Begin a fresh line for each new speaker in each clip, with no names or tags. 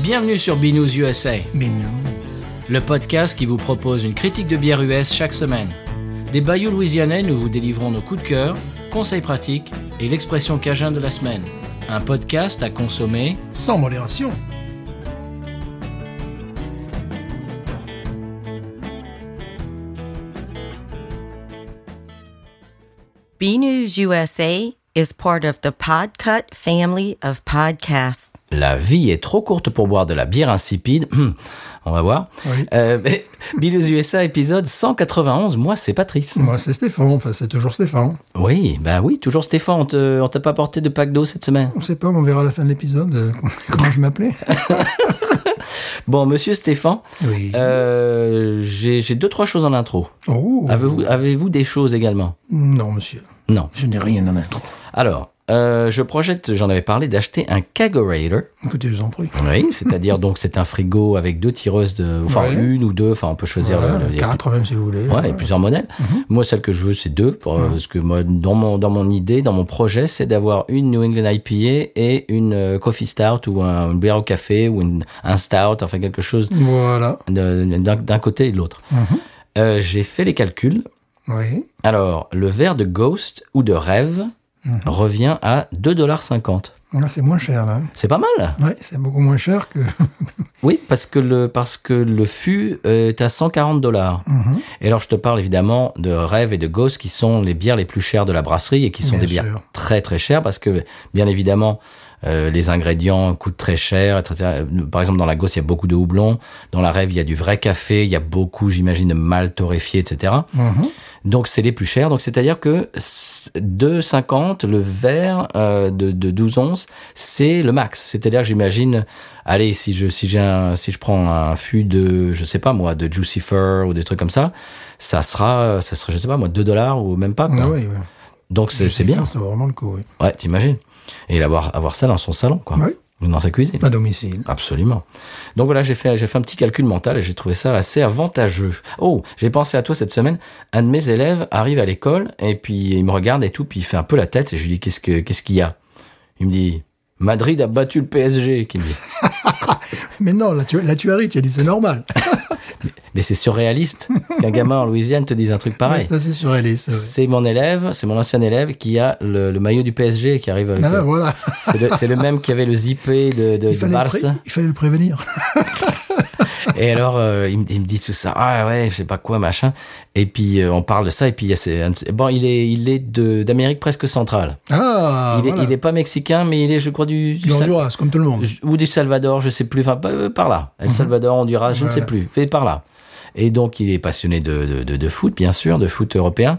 Bienvenue sur Binous USA,
Mais non.
le podcast qui vous propose une critique de bière US chaque semaine. Des bayous louisianais, nous vous délivrons nos coups de cœur, conseils pratiques et l'expression cajun de la semaine. Un podcast à consommer.
Sans modération.
B News USA is part of the Podcut family of podcasts.
La vie est trop courte pour boire de la bière insipide. Hum, on va voir.
Oui.
Euh, mais Binous USA épisode 191, moi c'est Patrice.
Moi, c'est Stéphane. Enfin, c'est toujours Stéphane.
Oui, bah oui, toujours Stéphane, on te- on t'a pas apporté de pack d'eau cette semaine.
On sait pas, mais on verra à la fin de l'épisode euh, comment je m'appelais.
Bon, monsieur Stéphane,
Oui.
euh, j'ai j'ai deux, trois choses en intro.
oh.
Avez-vous avez-vous des choses également
Non, monsieur.
Non.
Je n'ai rien en intro.
Alors, euh, je projette, j'en avais parlé, d'acheter un kagerator.
Écoutez, je vous en prie.
Oui, c'est-à-dire donc c'est un frigo avec deux tireuses de, enfin
Ouais.
une ou deux, enfin on peut choisir
Voilà, euh.
le- le-
quatre, même si vous voulez.
Ouais, il y a plusieurs modèles.
Mhm.
Moi, celle que je veux, c'est deux, pour- euh, parce que moi, dans mon dans mon idée, dans mon projet, c'est d'avoir une New England IPA et une euh, coffee stout ou un, une bière au café ou une, un stout, enfin quelque chose
Voilà.
de- d'un d'un côté et de l'autre.
Mhm.
Euh, J'ai fait les calculs.
Oui.
Alors, le verre de Ghost ou de Rêve
Mhm.
revient à 2,50$.
Là, Ah, c'est moins cher, là.
C'est pas mal
Ouais, c'est beaucoup moins cher que.
Oui, parce que le, parce que le fût euh, est à 140 dollars.
Mhm.
Et alors, je te parle évidemment de Rêve et de Ghost, qui sont les bières les plus chères de la brasserie et qui sont
Bien
des bières
sûr.
très très chères, parce que, bien évidemment, euh, les ingrédients coûtent très cher, etc. Par exemple, dans la Ghost, il y a beaucoup de houblon. Dans la Rêve, il y a du vrai café. Il y a beaucoup, j'imagine, de mal torréfié, etc.
Mhm.
Donc c'est les plus chers. Donc c'est-à-dire que s- 2,50 le verre euh, de, de 12 onces, c'est le max. C'est-à-dire que j'imagine, allez, si je si j'ai un- si je prends un fût de je sais pas moi de Jucifer ou des trucs comme ça, ça sera ça sera je sais pas moi 2 dollars ou même pas. quoi.
Ah oui, oui.
Donc c'est c'est bien.
Ça vaut vraiment le coup, oui.
Ouais, t'imagines. Et avoir avoir ça dans son salon quoi,
Ouais.
Ou dans sa cuisine.
À domicile.
Absolument. Donc voilà, j'ai fait, j'ai fait un petit calcul mental et j'ai trouvé ça assez avantageux. Oh, j'ai pensé à toi cette semaine. Un de mes élèves arrive à l'école et puis il me regarde et tout, puis il fait un peu la tête et je lui dis qu'est-ce que qu'est-ce qu'il y a Il me dit Madrid a battu le PSG. Qu'il me dit.
Mais non, là, tu, là, tu arrives, tu as dit, c'est normal.
Mais c'est surréaliste qu'un gamin en Louisiane te dise un truc pareil.
C'est assez surréaliste. ouais.
C'est mon élève, c'est mon ancien élève qui a le, le maillot du PSG qui arrive avec.
Ah,
euh,
voilà.
C'est le, c'est le même qui avait le zippé de, de,
Il
de
fallait, le
Barça.
pré- il fallait le prévenir.
Et alors, euh, il, me, il me dit tout ça. Ah ouais, je sais pas quoi, machin. Et puis, euh, on parle de ça. Et puis, il y a ces- un de ces- bon, il est, il est de- d'Amérique presque centrale.
Ah,
il, est,
voilà.
il est pas mexicain, mais il est, je crois, du, du
Du
Sal-
Honduras, comme tout le monde.
ou du Salvador, je sais plus. Enfin, pa- euh, par là. El Salvador, Honduras, je ne sais
Mhm. Voilà.
plus. Et par là. Et donc, il est passionné de, de, de, de foot, bien sûr, de foot européen.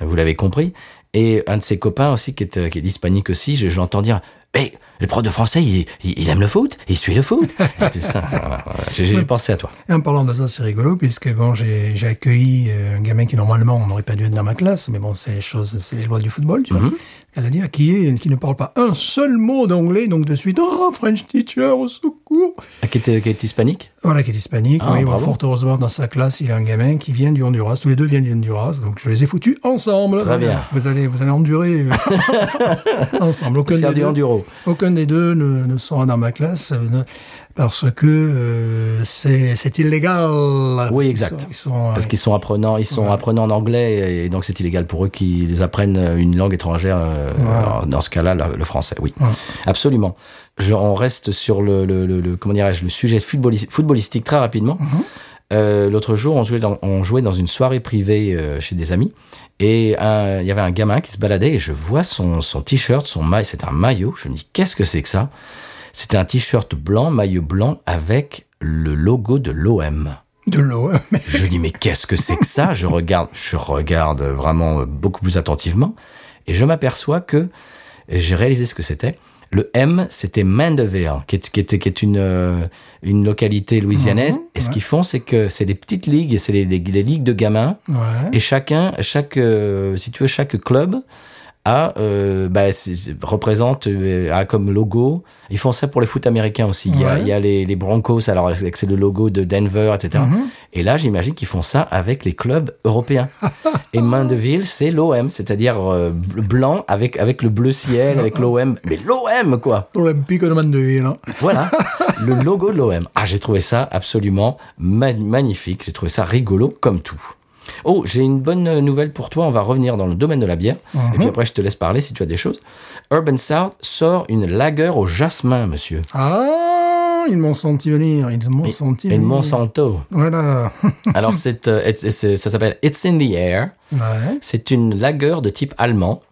Vous l'avez compris. Et un de ses copains aussi, qui est, euh, qui est hispanique aussi, je- j'entends dire, Hey, le prof de français, il, il, il aime le foot, il suit le foot. Et tout ça. Voilà, voilà. J'ai j'ai pensé à toi.
Et en parlant de ça, c'est rigolo, puisque bon, j'ai j'ai accueilli euh, un gamin qui, normalement, n'aurait pas dû être dans ma classe, mais bon, c'est les choses, c'est les lois du football, tu
Mhm.
vois. Elle à dire qui, est, qui ne parle pas un seul mot d'anglais, donc de suite, oh, French teacher, au secours
Ah, Qui est, qui est hispanique
Voilà, qui est hispanique.
Ah,
oui, bon,
bravo.
fort heureusement, dans sa classe, il a un gamin qui vient du Honduras. Tous les deux viennent du Honduras, donc je les ai foutus ensemble.
Très bien.
Vous allez, vous allez endurer euh, ensemble. Aucun
Faire
des
du
deux-
enduro.
Aucun des deux ne, ne sera dans ma classe euh, ne- parce que euh, c'est c'est illégal.
Oui, exact.
Ils sont, ils sont, euh,
Parce qu'ils sont apprenants, ils sont apprenants en anglais et donc c'est illégal pour eux qu'ils apprennent une langue étrangère. euh, alors, Dans ce cas-là, la- le français, oui, absolument. Je- on reste sur le, le, le- le- comment dirais-je le sujet footballis- footballistique très rapidement. Euh, L'autre jour, on jouait, dans, on jouait dans une soirée privée euh, chez des amis et un- il y avait un gamin qui se baladait et je vois son, son t-shirt, son maillot, c'est un maillot. Je me dis qu'est-ce que c'est que ça C'était un t-shirt blanc, maillot blanc avec le logo de l'OM.
de l'eau. hein, mais-
Je dis mais qu'est-ce que c'est que ça Je regarde, je regarde vraiment beaucoup plus attentivement et je m'aperçois que et j'ai réalisé ce que c'était. Le M, c'était Mandeville, qui est, qui est, qui est une, euh, une localité louisianaise. et ce qu'ils font, c'est que c'est des petites ligues, c'est les, les- les ligues de gamins.
Ouais.
Et chacun, chaque, euh, si tu veux, chaque club a, euh, bah, c'est- c'est- représente, euh, a comme logo. Ils font ça pour le foot américain aussi. Il y a,
Ouais.
il y a les, les Broncos, alors c'est c'est le logo de Denver, etc.
Mhm.
Et là, j'imagine qu'ils font ça avec les clubs européens. Et Mandeville, c'est l'OM, c'est-à-dire euh, bl- blanc avec, avec le bleu ciel, avec l'OM. Mais l'OM, quoi
Olympique de Mandeville. hein.
voilà, le logo de l'OM. Ah, j'ai trouvé ça absolument ma- magnifique. J'ai trouvé ça rigolo comme tout. Oh, j'ai une bonne nouvelle pour toi. On va revenir dans le domaine de la bière. Et puis après, je te laisse parler si tu as des choses. Urban South sort une lager au jasmin, monsieur.
Ah, ils m'ont senti venir. Ils m'ont senti
Et
venir.
une Monsanto.
Voilà.
Alors, c'est, euh, it's- it's- ça s'appelle It's in the Air.
ouais.
C'est une lager de type allemand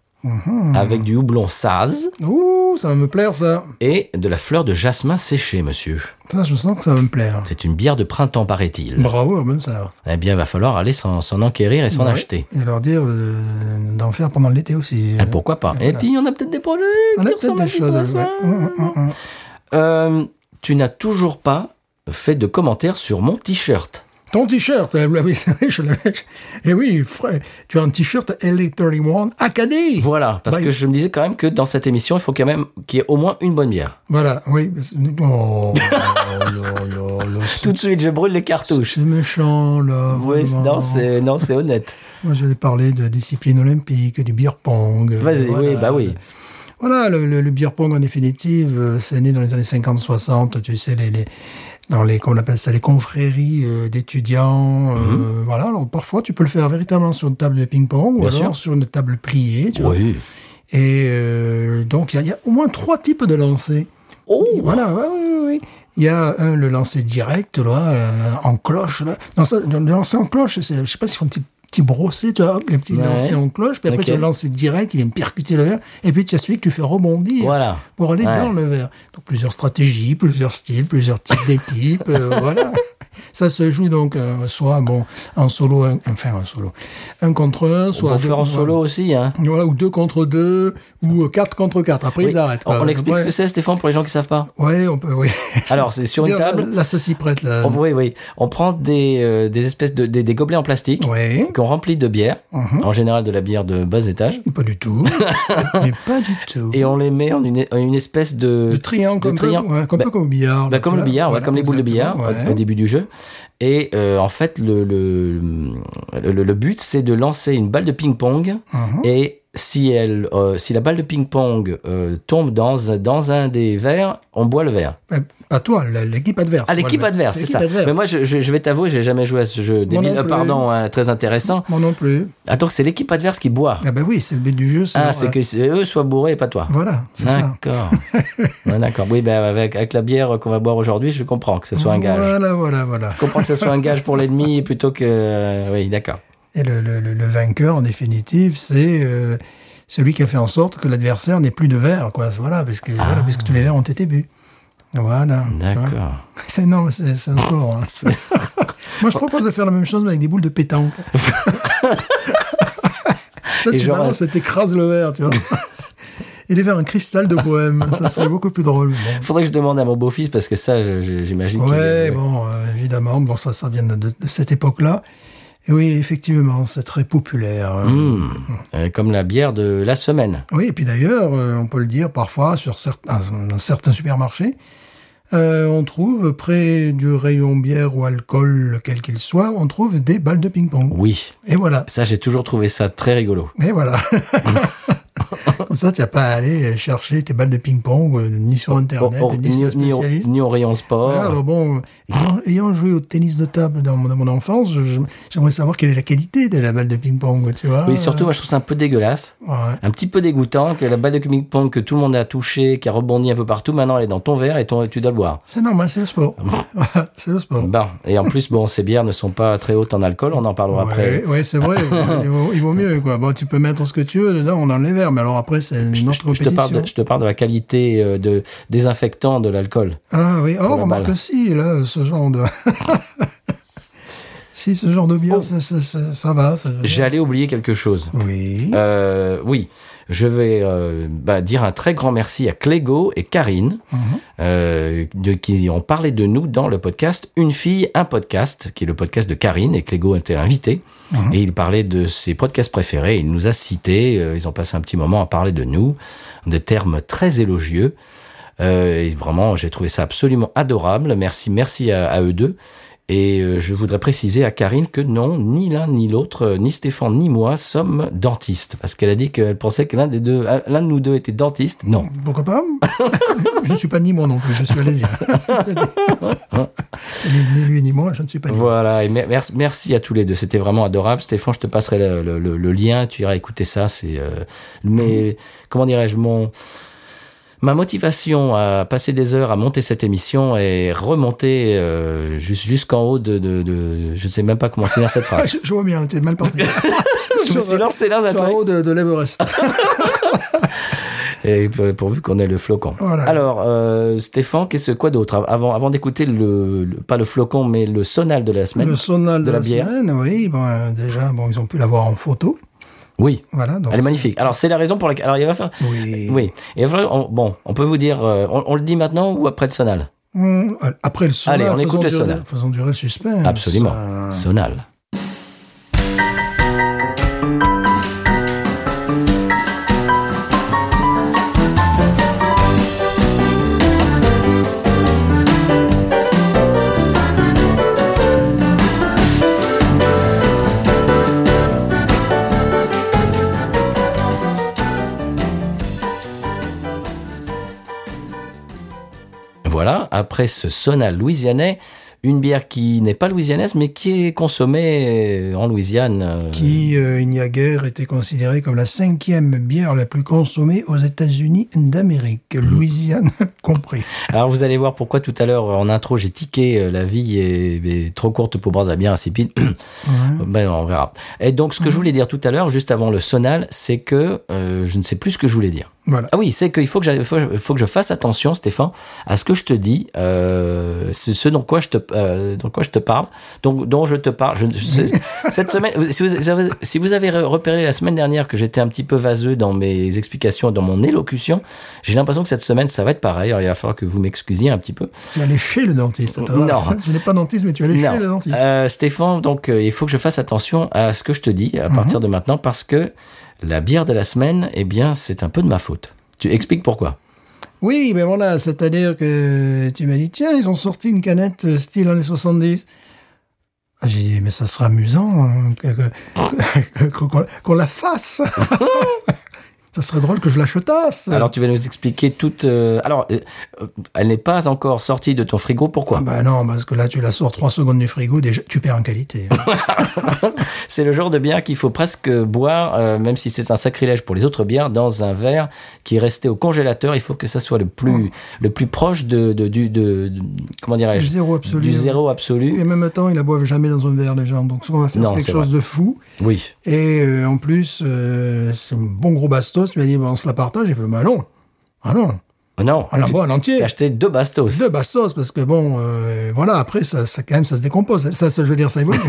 avec du houblon Saz
Ouh, ça va me plaire, ça.
et de la fleur de jasmin séchée, monsieur.
Ça, je sens que ça va me plaire.
C'est une bière de printemps, paraît-il.
Bravo, Urban Sour.
Eh bien, va falloir aller s'en s'en enquérir et s'en
Ouais.
acheter.
Et leur dire euh, d'en faire pendant l'été aussi.
Ah, pourquoi pas Et puis, on a peut-être des projets
On
qui
a peut-être
ressemblent un
des
petit
choses Mm,
peu
à
à ça. Euh, tu n'as toujours pas fait de commentaires sur mon t-shirt.
Ton t-shirt, euh, oui, c'est vrai, je l'avais. Et oui, frère, tu as un t-shirt LA31 Acadie.
Voilà, parce
Bah,
que je me disais quand même que dans cette émission, il faut quand même qu'il y ait au moins une bonne bière.
Voilà, oui. mais c'est- Oh, là, là, là,
Tout de suite, je brûle les cartouches.
c'est méchant, là.
Oui, c'est-
vraiment.
non, c'est non, c'est honnête.
Moi, j'allais parler de discipline olympique, du beer pong. euh,
Vas-y,
voilà.
oui, bah oui.
Voilà, le, le, le beer pong, en définitive, euh, c'est né dans les années 50-60, tu sais, les, les, dans les, qu'on appelle ça, les confréries euh, d'étudiants. euh, Voilà, alors parfois, tu peux le faire véritablement sur une table de ping-pong ou
Mhm. Bien
alors
sûr.
sur une table pliée, tu vois.
Oui.
Et euh, donc, il y, a- il y a au moins trois types de lancers.
Oh,
Voilà, ouais, oui, oui, oui. Il y a un, le lancer direct, là, euh, en cloche. Là. Non, ça, le le lancer en cloche, c'est- je sais pas s'ils font un petit, petit brossé, tu vois, hop, un petit
Ouais.
lancer en cloche. Puis après,
Ok.
tu le lances direct, il vient percuter le verre. Et puis, tu as celui que tu fais rebondir
Voilà.
pour aller
Ouais.
dans le verre. Donc, plusieurs stratégies, plusieurs styles, plusieurs types d'équipes. euh, voilà. Ça se joue donc euh, soit bon, en solo, un- enfin en solo, un contre un,
on
soit
peut
deux
faire en
contre-
solo aussi, hein.
voilà, ou deux contre deux, ou euh, quatre contre quatre. Après,
Oui.
ils arrêtent.
On,
quoi.
on explique
Ouais.
ce que c'est, Stéphane, pour les gens qui savent pas.
Ouais, on peut, oui.
Alors, c'est sur une
Dire, là-
table.
Là, ça s'y prête, là.
On- oui, oui. On prend des, euh, des espèces de des, des gobelets en plastique
Ouais.
qu'on remplit de bière,
Mhm.
en général de la bière de bas étage,
Pas du tout. Mais pas du tout.
et on les met en une, en une espèce de,
le triangle,
de
comme,
triangle.
Comme, ouais, comme,
Bah,
peu comme au billard.
bah,
là,
comme
tu
le
vois.
billard, ouais,
Voilà,
comme les boules de billard
exactement,
au, au
ouais.
début du jeu. Et euh, en fait, le, le, le, le but, c'est de lancer une balle de ping-pong.
Mhm.
Et si, elle, euh, si la balle de ping-pong euh, tombe dans, un- dans un des verres, on boit le verre.
Ouais, Pas toi, la- l'équipe adverse.
À Ah, l'équipe
Voilà,
adverse, c'est ça.
l'équipe
Mais
adverse.
moi, je, je, je vais t'avouer, j'ai jamais joué à ce jeu débile.
non
Euh,
plus.
pardon, hein, très intéressant.
Moi non plus.
Attends, c'est l'équipe adverse qui boit.
Ah ben oui, c'est le but du jeu.
Ah,
leur-
c'est que c'est eux soient bourrés et pas toi.
Voilà, c'est ça.
D'accord. Ouais, D'accord. Oui, ben avec, avec la bière qu'on va boire aujourd'hui, je comprends que ce soit un gage.
Voilà, voilà, voilà.
Je comprends que ce soit un gage pour l'ennemi plutôt que. euh, Oui, d'accord.
Et le, le, le, le vainqueur, en définitive, c'est euh, celui qui a fait en sorte que l'adversaire n'ait plus de verre, quoi. Voilà, parce que, voilà, parce que tous les verres ont été bu. Voilà. Voilà.
D'accord.
C'est énorme, c'est c'est un sport. hein. Moi, je propose de faire la même chose mais avec des boules de pétanque. Là,
Et
tu
genre,
balances et t'écrases le verre, tu vois. Et les verres, un cristal de poème. Ça serait beaucoup plus drôle. mais
Faudrait que je demande à mon beau-fils parce que ça, je- je- j'imagine.
bon.
qu'il-
Ouais, bon, euh, évidemment. Bon, ça, ça vient de, de cette époque-là. Et oui, effectivement, c'est très populaire. hein.
Hmm. Euh, comme la bière de la semaine.
Oui, et puis d'ailleurs, euh, on peut le dire parfois sur certains, dans certains supermarchés, euh, on trouve près du rayon bière ou alcool, quel qu'il soit, on trouve des balles de ping-pong.
Oui.
Et voilà.
Ça, j'ai toujours trouvé ça très rigolo.
Et voilà. Comme ça, tu n'as pas à aller chercher tes balles de ping-pong, euh, ni sur Internet,
Au- au-
ni sur un
au,
spécialiste.
ni au rayon sport.
Voilà, alors bon, euh, ayant, ayant joué au tennis de table dans mon, dans mon enfance, je- je- j'aimerais savoir quelle est la qualité de la balle de ping-pong, tu vois.
Oui, surtout, moi, je trouve ça un peu dégueulasse.
Ouais.
Un petit peu dégoûtant que la balle de ping-pong que tout le monde a touchée, qui a rebondi un peu partout, maintenant elle est dans ton verre et ton- tu dois le boire.
C'est normal, c'est le sport. Voilà, c'est le sport.
Bon, et en plus, bon, ces bières ne sont pas très hautes en alcool, on en parlera
Ouais,
après.
ouais, c'est vrai. il, vaut, il vaut mieux, quoi. Bon, tu peux mettre ce que tu veux dedans, on enlève les verres, mais alors après, c'est une autre
Je, je te parle
compétition.
de, je te parle de la qualité euh, de désinfectant de l'alcool.
Ah oui, oh,
la
remarque
balle.
si, là, ce genre de... si, ce
Oh.
genre de bière, ça, ça, ça- ça va. ça-
J'allais oublier quelque chose.
Oui.
Euh, oui, Je vais euh, bah, dire un très grand merci à Clégo et Karine,
Mhm.
euh, de, qui ont parlé de nous dans le podcast Une fille, un podcast, qui est le podcast de Karine, et Clégo était invité.
Mhm.
Et il parlait de ses podcasts préférés. Il nous a cités, euh, ils ont passé un petit moment à parler de nous, des termes très élogieux. Euh, et vraiment, j'ai trouvé ça absolument adorable. Merci, merci à, à eux deux. Et euh, je voudrais préciser à Karine que non, ni l'un ni l'autre, euh, ni Stéphane ni moi, sommes dentistes. Parce qu'elle a dit qu'elle pensait que l'un des deux, euh, l'un de nous deux était dentiste. Non.
Pourquoi pas Je ne suis pas ni moi non plus, je suis alésien. ni, ni lui ni moi, je ne suis pas ni moi.
Voilà. Et mer- merci, merci à tous les deux. C'était vraiment adorable. Stéphane, je te passerai le, le- le- le lien. Tu iras écouter ça. C'est, euh, mais comment dirais-je, mon, Ma motivation à passer des heures à monter cette émission est remontée euh, jus- jusqu'en haut de, de, de- Je ne sais même pas comment finir cette phrase.
Je, je vois bien, t'es mal parti.
Je me suis lancé dans un
Sur
truc.
le haut de, de l'Everest.
Et pour- pourvu qu'on ait le flocon.
Voilà.
Alors, euh, Stéphane, qu'est-ce quoi d'autre Avant, avant d'écouter le, le- pas le flocon, mais le sonal de la semaine.
Le sonal de,
De la
la,
bière.
semaine, oui. Bon, euh, déjà, bon, ils ont pu l'avoir en photo.
Oui.
Voilà. Donc,
Elle est magnifique. Alors, c'est la raison pour laquelle. Alors, il va falloir.
Oui.
Oui. Il va falloir- on- bon, on peut vous dire. euh, on, on le dit maintenant ou après le sonal
Hum, Après le sonal,
Allez, on écoute
faisons
le
durer-
sonal.
Faisons durer le suspense.
Absolument.
Euh,
Sonal. Voilà, après ce sonal louisianais, une bière qui n'est pas louisianaise, mais qui est consommée en Louisiane. euh,
qui, euh, il n'y a guère, était considérée comme la cinquième bière la plus consommée aux États-Unis d'Amérique,
Mm.
Louisiane compris.
Alors vous allez voir pourquoi tout à l'heure en intro j'ai tiqué euh, la vie est, est trop courte pour boire de la bière insipide.
Hein,
ben on verra. Et donc ce que je voulais dire tout à l'heure, juste avant le sonal, c'est que euh, je ne sais plus ce que je voulais dire.
Voilà.
Ah oui, c'est qu'il faut que j'aille- faut, faut que je fasse attention, Stéphane, à ce que je te dis, euh, ce, ce dont quoi je te euh, dont quoi je te parle, donc dont je te parle. Je- je- cette semaine, si vous, avez, si vous avez repéré la semaine dernière que j'étais un petit peu vaseux dans mes explications, dans mon élocution, j'ai l'impression que cette semaine ça va être pareil. Alors, il va falloir que vous m'excusiez un petit peu.
Tu es allé chez le dentiste. attends.
Euh, Non.
Tu n'es pas dentiste, mais tu es allé
Non.
chez le dentiste.
Euh, Stéphane, donc euh, il faut que je fasse attention à ce que je te dis à partir de maintenant parce que la bière de la semaine, eh bien, c'est un peu de ma faute. Tu expliques pourquoi
Oui, mais voilà, c'est-à-dire que tu m'as dit, tiens, ils ont sorti une canette euh, style années 70. Ah, J'ai dit, mais ça sera amusant hein, que- que- qu'on qu'on la fasse. ça serait drôle que je la chetasse.
Alors, tu vas nous expliquer toute. euh, alors, euh, euh, elle n'est pas encore sortie de ton frigo. Pourquoi
bah non, parce que là, tu la sors trois secondes du frigo, déjà, tu perds en qualité. hein.
C'est le genre de bière qu'il faut presque boire, euh, même si c'est un sacrilège pour les autres bières, dans un verre qui est resté au congélateur. Il faut que ça soit le plus, le plus proche de, de- du, de, de- comment dirais-je
Du zéro absolu.
Du zéro
Et
absolu.
en même temps, ils la boivent jamais dans un verre, les gens. Donc, ce qu'on va faire,
Non,
c'est
c'est
quelque chose de fou.
Oui.
Et euh, en plus, euh, c'est un bon gros bastos. Tu m'as dit, bah, on se la partage. J'ai fait, bah non. Ah non.
Oh Non.
On Ah, la
tu-
boit en entier.
J'ai acheté deux bastos.
Deux bastos, parce que bon, euh, voilà, après, ça, ça, quand même, ça se décompose. Ça, ça, je veux dire, ça évolue.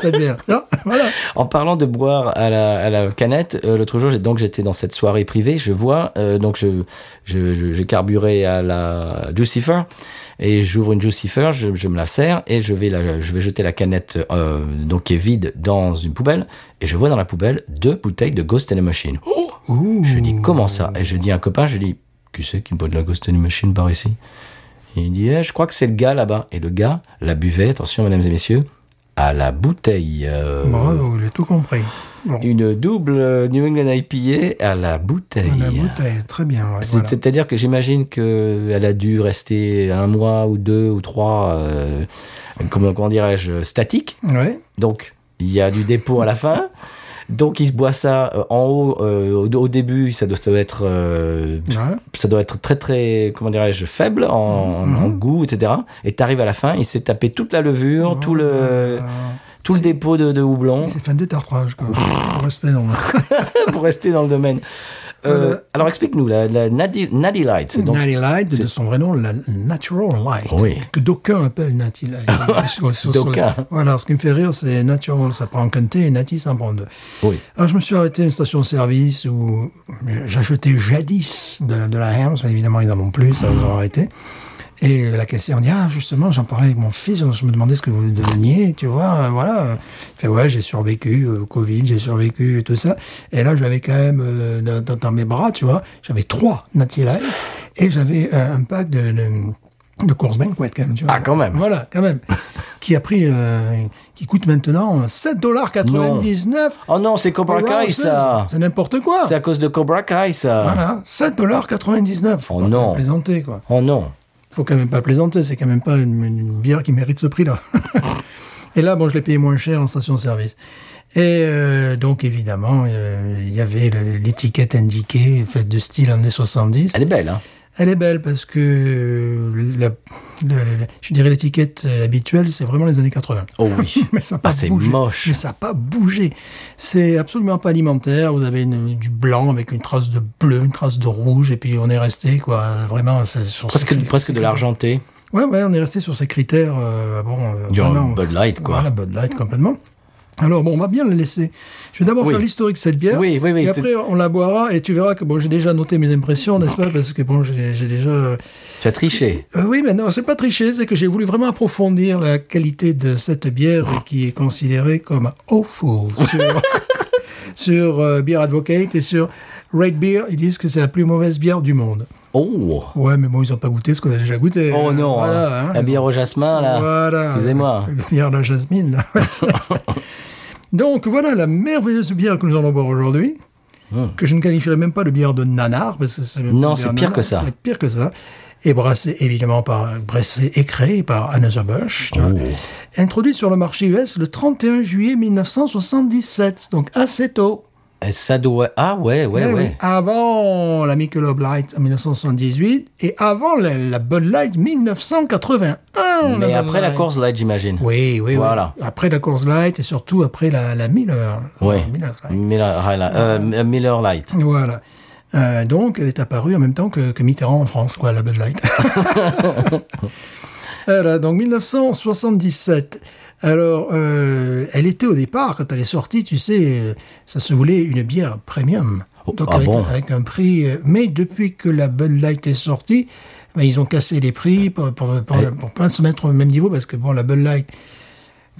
ça devient. Ah, voilà.
En parlant de boire à la, à la canette, euh, l'autre jour, j'ai- donc j'étais dans cette soirée privée, je vois, euh, donc je je- je- j'ai carburé à la Jucifer et j'ouvre une Jucifer, je, je me la sers et je vais la, je vais jeter la canette euh, donc qui est vide dans une poubelle et je vois dans la poubelle deux bouteilles de Ghost in the Machine. Je dis comment ça Et je dis à un copain, je dis tu sais qui boit de la Ghost in the Machine par ici Et Il dit Eh, je crois que c'est le gars là-bas et le gars la buvait, attention mesdames et messieurs, à la bouteille. euh,
Bravo, il a tout compris. Bon,
une double euh, New England IPA à la bouteille.
la bouteille, très bien. ouais,
C'est-
voilà.
C'est-à-dire que j'imagine que elle a dû rester un mois ou deux ou trois, euh, comment, comment dirais-je, statique.
Ouais.
Donc, il y a du dépôt à la fin. Donc, il se boit ça euh, en haut. euh, au, au début, ça doit, ça doit être, euh,
ouais.
ça doit être très, très, comment dirais-je, faible en,
Mhm.
en goût, etc. Et t'arrives à la fin, il s'est tapé toute la levure, tout
Euh,
le, tout le
Oh c'est-
dépôt de, de houblon.
C'est fin de détartrage, quoi. Pour rester dans le-
pour rester dans le domaine. Euh, Alors explique-nous, la, la Natty, Natty Light, c'est donc.
Natty Light, de son vrai nom, la Natural Light,
Oui.
que d'aucuns appellent Natty Light. Sur- sur- sur-
D'aucuns.
Voilà, ce qui me fait rire, c'est Natural, ça prend un comté, et Natty, ça en prend deux.
Oui.
Alors, je me suis arrêté à une station-service où j'achetais jadis de, la- de la Hermes, mais évidemment, ils n'en ont plus, ça, ils ont arrêté. Et la caissière me dit, ah, justement, j'en parlais avec mon fils, je me demandais ce que vous deveniez, tu vois, euh, voilà. Il fait, ouais, j'ai survécu au Covid, j'ai survécu et tout ça. Et là, j'avais quand même, euh, dans- dans, dans mes bras, tu vois, j'avais trois Natty Light et j'avais euh, un pack de, de, de course banquette, quand même, tu vois.
Ah, quand même.
Voilà, quand même. qui a pris, euh, qui coûte maintenant 7,99$
Oh non, c'est Cobra Kai, ça.
c'est n'importe quoi.
C'est à cause de Cobra Kai, ça.
Voilà, 7,99$. Faut
Oh
pas
non.
plaisanter, quoi.
Oh non.
Faut quand même pas plaisanter, c'est quand même pas une, une bière qui mérite ce prix-là. et là, bon, je l'ai payé moins cher en station-service. Et euh, donc, évidemment, euh, il y avait le- l'étiquette indiquée, faite de style années 70.
Elle est belle, hein.
Elle est belle parce que, euh, la- la- la- la- je dirais, l'étiquette euh, habituelle, c'est vraiment les années 80.
Oh oui.
Mais ça n'a pas
Ah, c'est
bougé.
moche.
Mais ça n'a pas bougé. C'est absolument pas alimentaire. Vous avez une- du blanc avec une trace de bleu, une trace de rouge, et puis on est resté, quoi. Vraiment, c'est sur ces
Presque,
critères-
presque de l'argenté.
Ouais, ouais, on est resté sur ces critères. euh, bon, euh,
Du
vraiment,
Bud Light, quoi.
Voilà, Bud Light, complètement. Alors, bon, on va bien le laisser. Je vais d'abord
Oui.
faire l'historique de cette bière.
Oui, oui, oui,
Et
c'est-
après, on la boira, et tu verras que, bon, j'ai déjà noté mes impressions, n'est-ce
Ah.
pas Parce que, bon, j'ai j'ai déjà. euh,
Tu as triché.
euh, oui, mais non, c'est pas triché, c'est que j'ai voulu vraiment approfondir la qualité de cette bière qui est considérée comme awful sur, sur euh, Beer Advocate et sur Red Beer, ils disent que c'est la plus mauvaise bière du monde.
Oh.
Ouais, mais bon, ils ont pas goûté ce qu'on a déjà goûté.
Oh non.
Voilà,
hein.
hein.
La bière au jasmin, là.
Voilà.
Excusez-moi.
La bière de la jasmine. là. Donc voilà la merveilleuse bière que nous allons boire aujourd'hui. Que je ne qualifierais même pas de bière de nanar parce que c'est même
Hmm. Non,
pas une
c'est
bière
pire
nanar,
que ça.
C'est pire que ça. Et brassée évidemment par brassée et créée par Another Bush. tu vois.
Oh.
Introduite sur le marché US le 31 juillet 1977, donc assez tôt.
Et ça doit. Ah ouais, ouais,
Eh oui,
ouais.
Avant la Michelob Light en 1978 et avant la, la Bud Light 1981.
Mais
Bud
après la
Light.
course light, j'imagine.
Oui, oui,
Voilà.
oui. Après la course light et surtout après la, la Miller.
Ouais.
La Miller Light.
Miller, ah, là, euh, M- Miller Light.
Voilà. Euh, donc, elle est apparue en même temps que, que Mitterrand en France, quoi, la Bud Light. voilà, donc 1977. Alors, euh, elle était au départ, quand elle est sortie, tu sais, euh, ça se voulait une bière premium.
Oh,
donc,
ah
avec,
bon
avec un prix. euh, mais depuis que la Bud Light est sortie, ben, ils ont cassé les prix pour, pour, pour,
Eh.
pour pas se mettre au même niveau, parce que, bon, la Bud Light,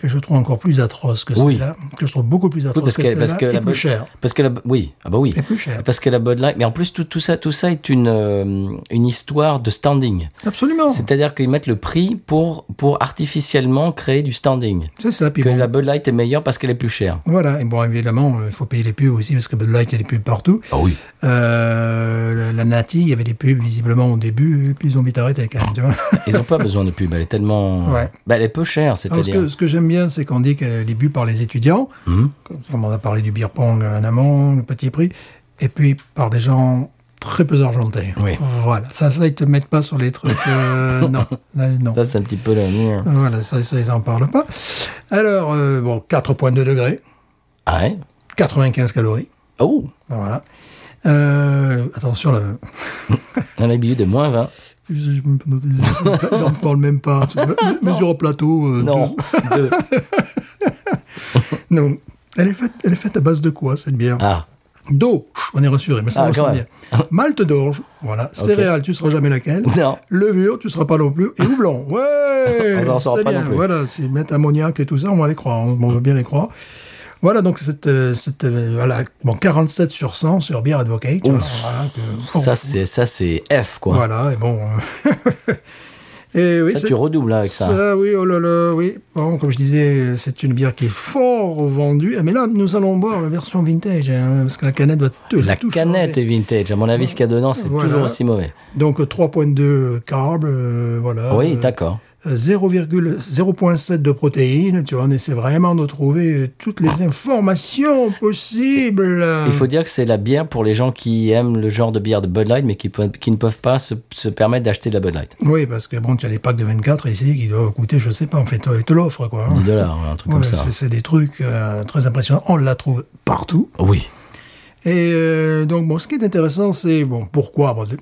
que je trouve encore plus atroce que
Oui.
celle-là, que je trouve beaucoup plus atroce
Oui, parce
que,
que,
celle-là,
parce que
et
la
plus
Bud-
cher.
Parce que la, oui, ah bah oui.
Et plus cher.
Parce que la Bud Light. Mais en plus, tout, tout ça, tout ça est une, euh, une histoire de standing.
Absolument.
C'est-à-dire qu'ils mettent le prix pour, pour artificiellement créer du standing.
C'est ça. Puis
Que
bon,
la Bud Light est meilleure parce qu'elle est plus chère.
Voilà, et bon, évidemment, euh, il faut payer les pubs aussi, parce que Bud Light, il y a des pubs partout.
Ah oui.
Euh, la, la Nati, il y avait des pubs visiblement au début, et puis ils ont vite arrêté quand même, tu vois.
Ils n'ont pas besoin de pub. Elle est tellement.
Ouais.
Bah, elle est peu chère,
Alors, ce
c'est-à-dire. Hmm.
que, ce que j'aime bien, c'est qu'on dit qu'elle est bu par les étudiants, comme comme on a parlé du beer pong en amont, le petit prix, et puis par des gens très peu argentés.
Oui.
Voilà, ça, ça, ils te mettent pas sur les trucs... euh, non, Là, non.
Ça, c'est un petit peu le.
Voilà, ça, ça, ils en parlent pas. Alors, euh, bon, 4,2 degrés,
Ah ouais
95 calories,
Oh
Ben voilà. Euh, attention, là...
Un habillé de moins 20.
J'ai même pas noté. J'en parle même pas. Me- Mesure au plateau. euh,
Non. Deux.
deux- Non. Elle est, faite, elle est faite à base de quoi, cette bière
Ah.
D'eau, Chut, on est rassuré, mais ça
Ah,
on
quand
sent
même.
bien. Malte d'orge, voilà. Céréales, tu ne seras jamais laquelle.
Non.
Levure, tu ne seras pas non plus. Et houblon, ouais
On s'en sort
c'est
pas
bien.
non plus.
Voilà, s'ils mettent ammoniac et tout ça, on va les croire, hein. on, on veut bien les croire. Voilà, donc cette, euh, cette euh, voilà, bon, 47 sur 100 sur Beer Advocate. Voilà, que-
Ça, c'est, ça, c'est F, quoi.
voilà, et bon... euh, et oui,
ça,
c'est-
tu redoubles hein, avec ça.
oui, oh là là, oui. Bon, comme je disais, c'est une bière qui est fort vendue. Ah, Mais là, nous allons boire la version vintage, hein, parce que la canette va te
La canette est vintage. À mon avis, ce qu'il y a dedans, c'est
Voilà.
toujours aussi mauvais.
Donc 3,2 carbs, euh, voilà.
oui,
Euh,
d'accord.
0,0 0,7 de protéines. Tu vois, on essaie vraiment de trouver euh, toutes les informations possibles.
Il faut dire que c'est la bière pour les gens qui aiment le genre de bière de Bud Light, mais qui, peuvent- qui ne peuvent pas se, se permettre d'acheter de la Bud Light.
Oui, parce que bon, tu as les packs de 24 ici qui doivent coûter, je sais pas, en fait, ils te l'offrent, quoi. hein.
10 dollars, un truc
Ouais,
comme ça.
c'est- c'est des trucs euh, très impressionnants. On la trouve partout.
Oui.
Et euh, donc, bon, ce qui est intéressant, c'est bon, pourquoi, bon, de-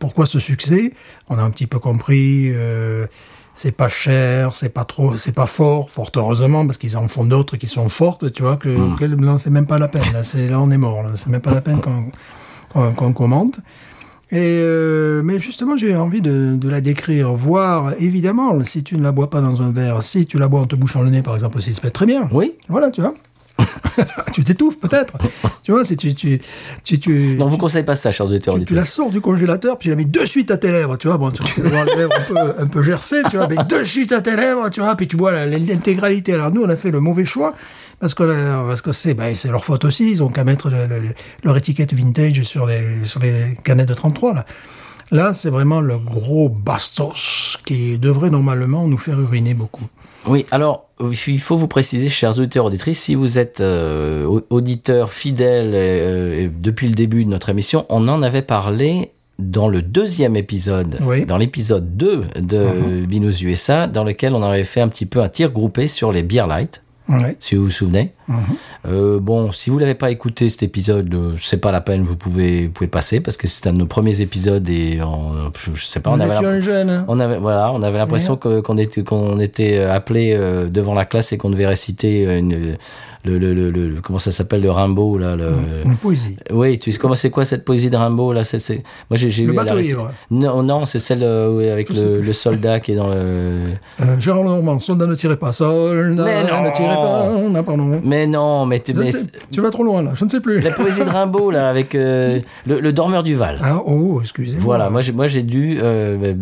pourquoi ce succès On a un petit peu compris. euh, c'est pas cher, c'est pas trop, c'est pas fort, fort heureusement, parce qu'ils en font d'autres qui sont fortes, tu vois, que, que le- non, c'est même pas la peine, là, c'est, là on est mort, là, c'est même pas la peine qu'on, qu'on, qu'on commente. Et euh, mais justement, j'ai envie de, de la décrire, voir, évidemment, si tu ne la bois pas dans un verre, si tu la bois en te bouchant le nez, par exemple, aussi, ça peut être très bien.
Oui.
Voilà, tu vois. tu t'étouffes peut-être. tu vois, si tu... tu, tu, tu
Non, on vous conseille pas ça, chers auditeurs.
tu, tu la
auditrices.
sors du congélateur, puis tu la mets de suite à tes lèvres, tu vois. Bon, tu tu vas avoir les lèvres un peu, un peu gercées, tu vois, mais de suite à tes lèvres, tu vois, puis tu bois la- l'intégralité. Alors nous, on a fait le mauvais choix, parce que, la- parce que c'est, ben, c'est leur faute aussi, ils ont qu'à mettre le- le- leur étiquette vintage sur les, sur les canettes de 33, là. Là, c'est vraiment le gros bastos qui devrait normalement nous faire uriner beaucoup.
Oui, alors, euh, il faut vous préciser, chers auditeurs, auditrices, si vous êtes euh, au- auditeur fidèle euh, et depuis le début de notre émission, on en avait parlé dans le deuxième épisode,
Oui. Mm-hmm.
dans l'épisode 2 de euh, Binous USA, dans lequel on avait fait un petit peu un tir groupé sur les beer light,
Ouais.
si vous vous souvenez.
Mhm.
Euh, bon, si vous l'avez pas écouté cet épisode, euh, c'est pas la peine, vous pouvez, vous pouvez passer, parce que c'est un de nos premiers épisodes et on, je sais pas, Bah, on
Mais
avait
tu es
l'impression-
un jeune. hein.
on avait, voilà, on avait l'impression que- qu'on était, qu'on était appelé euh, devant la classe et qu'on devait réciter euh, une, le, le, le, le- comment ça s'appelle, le Rimbaud, là, le-
Une poésie.
Oui, tu comment c'est quoi cette poésie de Rimbaud là c'est, c'est- Moi j'ai, j'ai
Le
eu à la
bateau
récit-
ivre.
Non, non, c'est celle euh, oui, avec
Je sais
le,
plus.
le soldat qui est dans le.
Euh, Gérard Normand, soldat ne tirez pas, soldat
Mais non.
ne tirez pas, non, pardon.
Mais non, mais, tu-
Je ne
mais
sais- tu vas trop loin là, je ne sais plus.
la poésie de Rimbaud là avec euh, le, le dormeur du Val.
Ah oh, excusez-moi.
Voilà, moi j'ai, moi j'ai dû euh,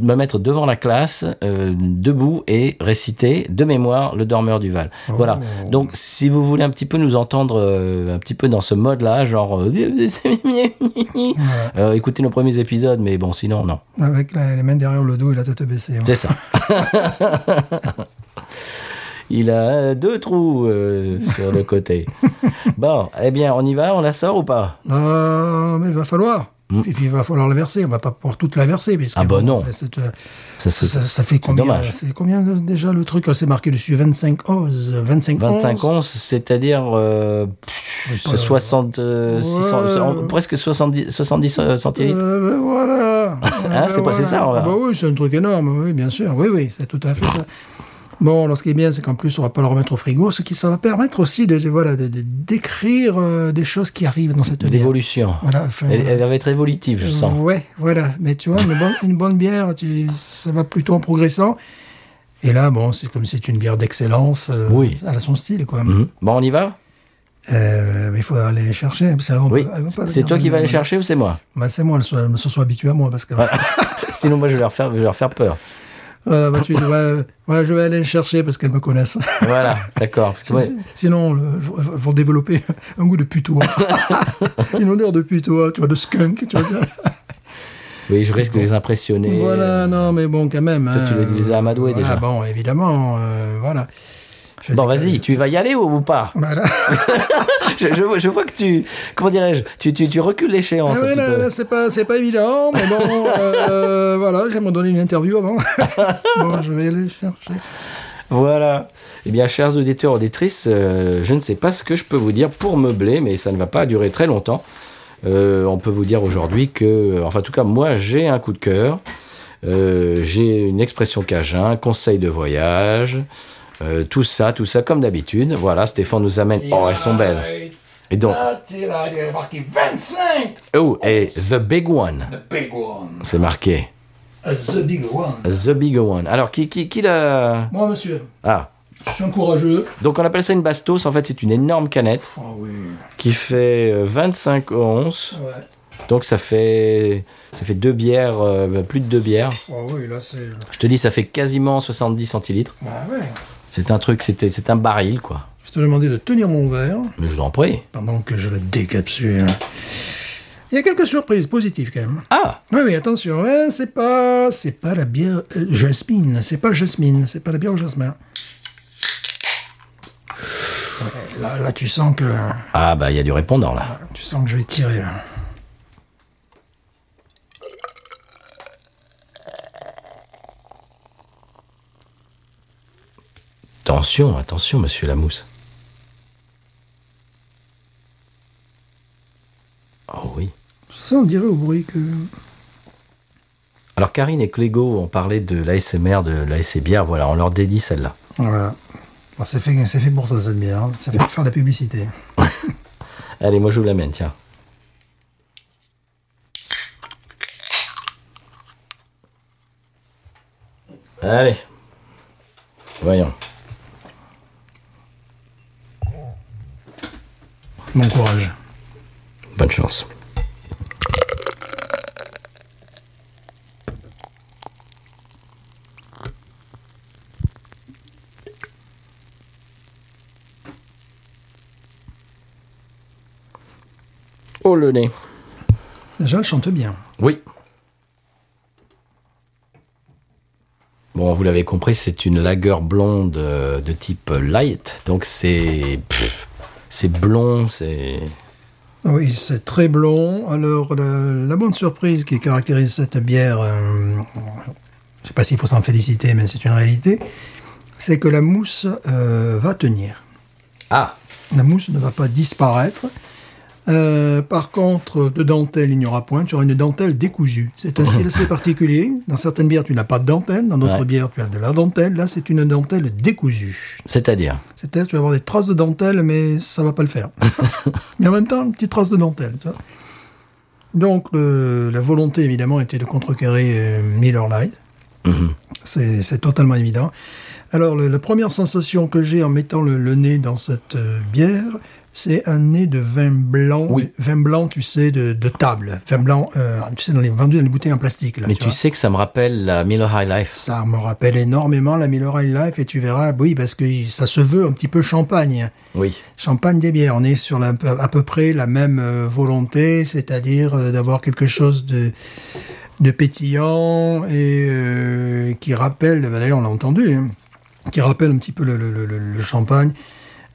me mettre devant la classe, euh, debout, et réciter de mémoire le dormeur du Val. Voilà. Donc si vous voulez un petit peu nous entendre euh, un petit peu dans ce mode-là, genre... euh, euh, écoutez nos premiers épisodes, mais bon, sinon, non.
Avec la- les mains derrière le dos et la tête baissée. hein.
C'est ça. Il a deux trous euh, sur le côté. Bon, eh bien, on y va, on la sort ou pas
Ah, mais il va falloir. Et puis il va falloir la verser, on va pas pouvoir toute la verser. Puisque,
Mm. Ah bah non.
ça, c'est, euh,
Ça, se-
ça- ça fait combien
dommage.
C'est combien euh, déjà le truc C'est marqué dessus 25 onces. 25,
25
onces.
onces, c'est-à-dire euh, pff,
pas,
60, euh, 600,
ouais.
so- presque 70, 70 euh, centilitres.
Euh, ben voilà.
Hein, c'est pas- c'est ça, on va-
Ah bah oui, c'est un truc énorme, oui, bien sûr. Oui, oui, c'est tout à fait ça. Bon, alors ce qui est bien, c'est qu'en plus, on va pas le remettre au frigo, ce qui ça va permettre aussi de, de- voilà, de- de- d'écrire euh, des choses qui arrivent dans cette bière.
L'évolution.
Voilà, enfin,
Elle,
voilà.
elle va être évolutive, je sens.
euh, Ouais, voilà. Mais tu vois, une bonne, une bonne bière, tu- ça va plutôt en progressant. Et là, bon, c'est comme si c'est une bière d'excellence. euh,
Oui.
Elle a son style, quoi.
Mhm. Bon, on y va
Ah, Euh, mais il faut aller chercher. parce qu'on
Oui.
peut- on peut pas le
C'est
dire,
toi qui
mais-
vas aller chercher ou c'est moi
Bah, c'est moi, elles sont, elles se sont habituées à moi. Parce que...
Sinon, moi, je vais leur faire, je vais leur faire peur.
Voilà, bah, tu dis, ouais, euh, ouais, je vais aller le chercher parce qu'elles me connaissent.
Voilà, d'accord. parce que, ouais.
Sinon, le- elles vont développer un goût de putois. Une odeur de putois, tu vois, de skunk, tu vois. ça.
Oui, je risque de les impressionner.
Voilà, non, mais bon, quand même. euh,
Toi, tu les- les as amadoués,
voilà,
déjà.
Bon, évidemment, euh, voilà. Je Ah,
Bon,
dis que-
vas-y, tu vas y aller ou, ou pas
Voilà.
je, je- je vois que tu. Comment dirais-je tu, tu, tu recules
Ah
l'échéance un
ouais,
petit
là,
peu.
là, c'est pas, c'est pas évident, mais bon, euh, voilà, j'aimerais donner une interview avant. bon, je vais aller chercher.
Voilà. Eh bien, chers auditeurs, auditrices, euh, je ne sais pas ce que je peux vous dire pour meubler, mais ça ne va pas durer très longtemps. Euh, on peut vous dire aujourd'hui que, euh, enfin, en tout cas, moi, j'ai un coup de cœur. Euh, j'ai une expression cajun, conseil de voyage, euh, tout ça, tout ça comme d'habitude. Voilà, Stéphane nous amène. Oh, elles sont belles. Et donc,
il a marqué 25
oh, et The Big One,
The big one
c'est marqué.
The big one
The Big One. Alors, qui, qui, qui l'a.
Moi, monsieur,
Ah,
je suis un courageux.
donc on appelle ça une bastos. En fait, c'est une énorme canette.
Ah oui
qui fait euh, 25 onces.
Ouais.
Donc ça fait ça fait deux bières, euh, bah, plus de deux bières.
Oh oui, là, c'est.
Je te dis, ça fait quasiment 70 centilitres.
Bah ouais.
C'est un truc, c'était c'est un baril quoi.
Je te demandais de tenir mon verre
Mais je vous en prie.
pendant que je le décapsule. Il y a quelques surprises positives quand même.
Ah,
Oui, oui, attention, hein, c'est pas, c'est pas la bière euh, jasmine, c'est pas jasmine, c'est pas la bière au jasmin. Ouais, Là, là, tu sens que,
ah bah il y a du répondant là.
tu sens que je vais tirer. Là.
Attention, attention, monsieur Lamousse. Oh,
Ça, on dirait au bruit que.
Alors, Karine et Clégo ont parlé de l'ASMR, de l'ASC Bière. Voilà, on leur dédie celle-là.
Voilà. Bon, c'est fait, c'est fait pour ça, cette bière. hein. C'est fait pour faire de la publicité.
Allez, moi, je vous l'amène, tiens. Allez. Voyons.
Bon courage.
Bonne chance. Oh le nez.
Déjà, elle chante bien.
Oui. Bon, vous l'avez compris, c'est une lager blonde euh, de type light. Donc c'est pff, c'est blond, c'est
Oui, c'est très blond. Alors, le- la bonne surprise qui caractérise cette bière, euh, je sais pas s'il faut s'en féliciter, mais c'est une réalité, c'est que la mousse euh, va tenir.
ah
La mousse ne va pas disparaître. Euh, par contre, de dentelle, il n'y aura point. Tu auras une dentelle décousue. C'est un style assez particulier. Dans certaines bières, tu n'as pas de dentelle. Dans d'autres
Ouais.
bières, tu as de la dentelle. Là, c'est une dentelle décousue.
c'est-à-dire
C'est-à-dire, tu vas avoir des traces de dentelle, mais ça va pas le faire. mais en même temps, une petite trace de dentelle. tu vois. Donc, le- la volonté, évidemment, était de contrecarrer euh, Miller Lite.
Mhm.
C'est c'est totalement évident. Alors, le- la première sensation que j'ai en mettant le, le nez dans cette euh, bière, c'est un nez de vin blanc.
Oui.
Vin blanc, tu sais, de, de table. Vin blanc, euh, tu sais, dans les, vendu dans les bouteilles en plastique. Là,
Mais tu
vois.
sais que ça me rappelle la Miller High Life.
Ça me rappelle énormément la Miller High Life et tu verras, oui, parce que ça se veut un petit peu champagne.
Oui.
Champagne des bières, on est sur la- à peu près la même euh, volonté, c'est-à-dire euh, d'avoir quelque chose de, de pétillant et euh, qui rappelle, ben, d'ailleurs on l'a entendu, hein, qui rappelle un petit peu le, le- le- le- le champagne.